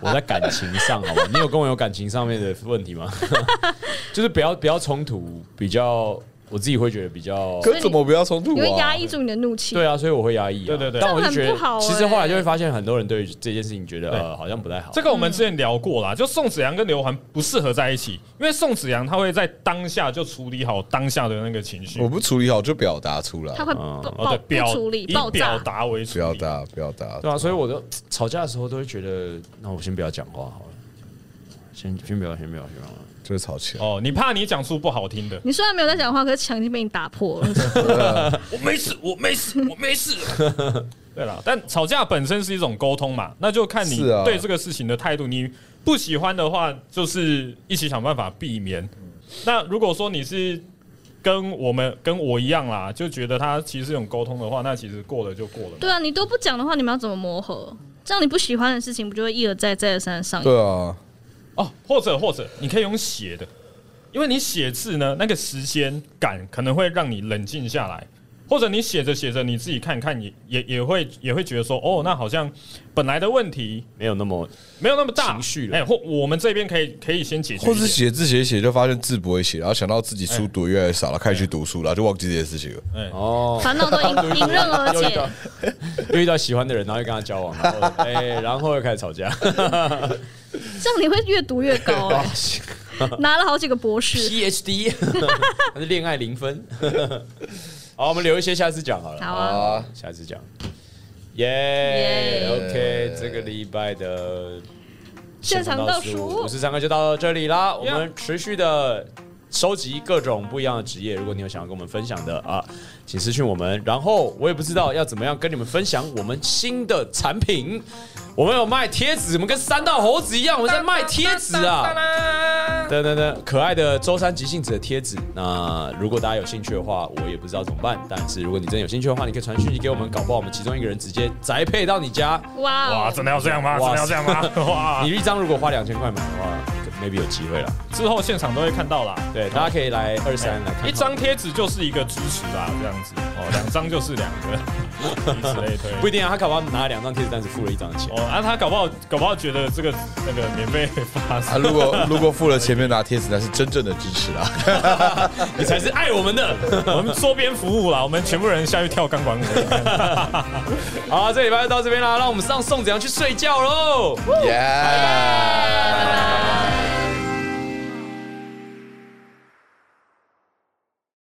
Speaker 1: 我在感情上 好吧？你有跟我有感情上面的问题吗？ 就是不要不要冲突，比较我自己会觉得比较
Speaker 4: 所以
Speaker 3: 可
Speaker 4: 你
Speaker 3: 怎么不要冲突
Speaker 4: 你会
Speaker 3: 啊？
Speaker 4: 压抑住你的怒气？
Speaker 1: 对啊，所以我会压抑、啊。
Speaker 2: 对对对
Speaker 1: 但我就觉
Speaker 4: 这样
Speaker 1: 得，
Speaker 4: 很不好欸
Speaker 1: 其实后来就会发现很多人对于这件事情觉得
Speaker 2: 对
Speaker 1: 呃好像不太好。
Speaker 2: 这个我们之前聊过啦，就宋子阳跟刘环不适合在一起，因为宋子阳他会在当下就处理好当下的那个情绪
Speaker 3: 我，不处理好就表达出来
Speaker 4: 他，会
Speaker 1: 嗯
Speaker 4: 爆
Speaker 2: 哦对，
Speaker 4: 爆
Speaker 2: 表
Speaker 4: 嗯不处理
Speaker 2: 以
Speaker 4: 爆
Speaker 2: 表
Speaker 4: 炸。
Speaker 2: 达为
Speaker 3: 不
Speaker 2: 主
Speaker 3: 要，打，不要打，
Speaker 1: 对啊，所以我都吵架的时候都会觉得，那我先不要讲话好了，先先不要，先不要，先不要。
Speaker 3: 就是吵起来。
Speaker 2: 哦，你怕你讲出不好听的，
Speaker 4: 你虽然没有在讲话，可是墙已经被你打 破了。
Speaker 2: 我没 事，我没事，我没事。 对了，但吵架本身是一种沟通嘛，那就看你
Speaker 3: 是啊
Speaker 2: 对这个事情的态度。你不喜欢的话，就是一起想办法避免。那如果说你是跟我们跟我一样啦，就觉得他其实是一种沟通的话，那其实过了就过了嘛。
Speaker 4: 对啊，你都不讲的话，你们要怎么磨合？这样你不喜欢的事情，不就会一而再、再而三的上演？
Speaker 3: 对啊，
Speaker 2: 哦，或者或者你可以用写的，因为你写字呢，那个时间感可能会让你冷静下来，或者你写着写着你自己看看也也也会也会觉得说，哦，那好像本来的问题
Speaker 1: 没有那么
Speaker 2: 没有那么大
Speaker 1: 情绪了
Speaker 2: 哎、或我们这边可以可以先解决一点，
Speaker 3: 或是写字写一写就发现字不会写，然后想到自己书读得越来越少了，开始去读书了，就忘记这件事情了。
Speaker 2: 哎、
Speaker 1: 哦。
Speaker 4: 烦恼都迎迎刃而
Speaker 1: 又遇
Speaker 4: 解
Speaker 1: 到。又遇到喜欢的人，然后又跟他交往，然后哎、然后又开始吵 架。
Speaker 4: 这样你会越读越高、哎拿了好几个 博士。
Speaker 1: PhD，还是恋爱零分。 好，我们留一些下次讲好了。
Speaker 4: 好啊，
Speaker 3: 啊，
Speaker 1: 下次讲。耶、
Speaker 4: 耶
Speaker 1: o k 这个礼拜的
Speaker 4: 现场倒数
Speaker 1: 我是三哥就到这里啦。我们持续的收集各种不一样的职业，如果你有想要跟我们分享的啊，请私讯我们。然后我也不知道要怎么样跟你们分享我们新的产品。我们有卖贴纸，我们跟三道猴子一样，我们在卖贴纸啊。等等等，可爱的周三急性子的贴纸。那如果大家有兴趣的话，我也不知道怎么办。但是如果你真的有兴趣的话，你可以传讯息给我们，搞不好我们其中一个人直接宅配到你家。
Speaker 4: 哇
Speaker 2: 哇，
Speaker 4: 哦，
Speaker 2: 真的要这样吗？真
Speaker 1: 哇
Speaker 2: 的要这样吗？ 哇
Speaker 1: 你，一张如果花两千块买的话，maybe 有机会了。
Speaker 2: 之后现场都会看到啦。
Speaker 1: 对，大家可以来二三来看看。
Speaker 2: 一张贴纸就是一个支持啦，这样子哦，两张就是两个，以此类推。
Speaker 1: 不一定啊，他搞不好拿了两张贴纸，但是付了一张的钱。
Speaker 2: 哦，啊，他搞不好搞不好觉得这个那个免费发
Speaker 3: 啊，
Speaker 2: 送，
Speaker 3: 如果如果付了前面拿贴纸，那是真正的支持啦。
Speaker 1: 你才是爱我们的。
Speaker 2: 我们桌边服务啦，我们全部人下去跳钢管舞。
Speaker 1: 好啊，这礼拜就到这边啦，让我们上宋子阳去睡觉喽。
Speaker 3: 耶！
Speaker 4: 拜拜。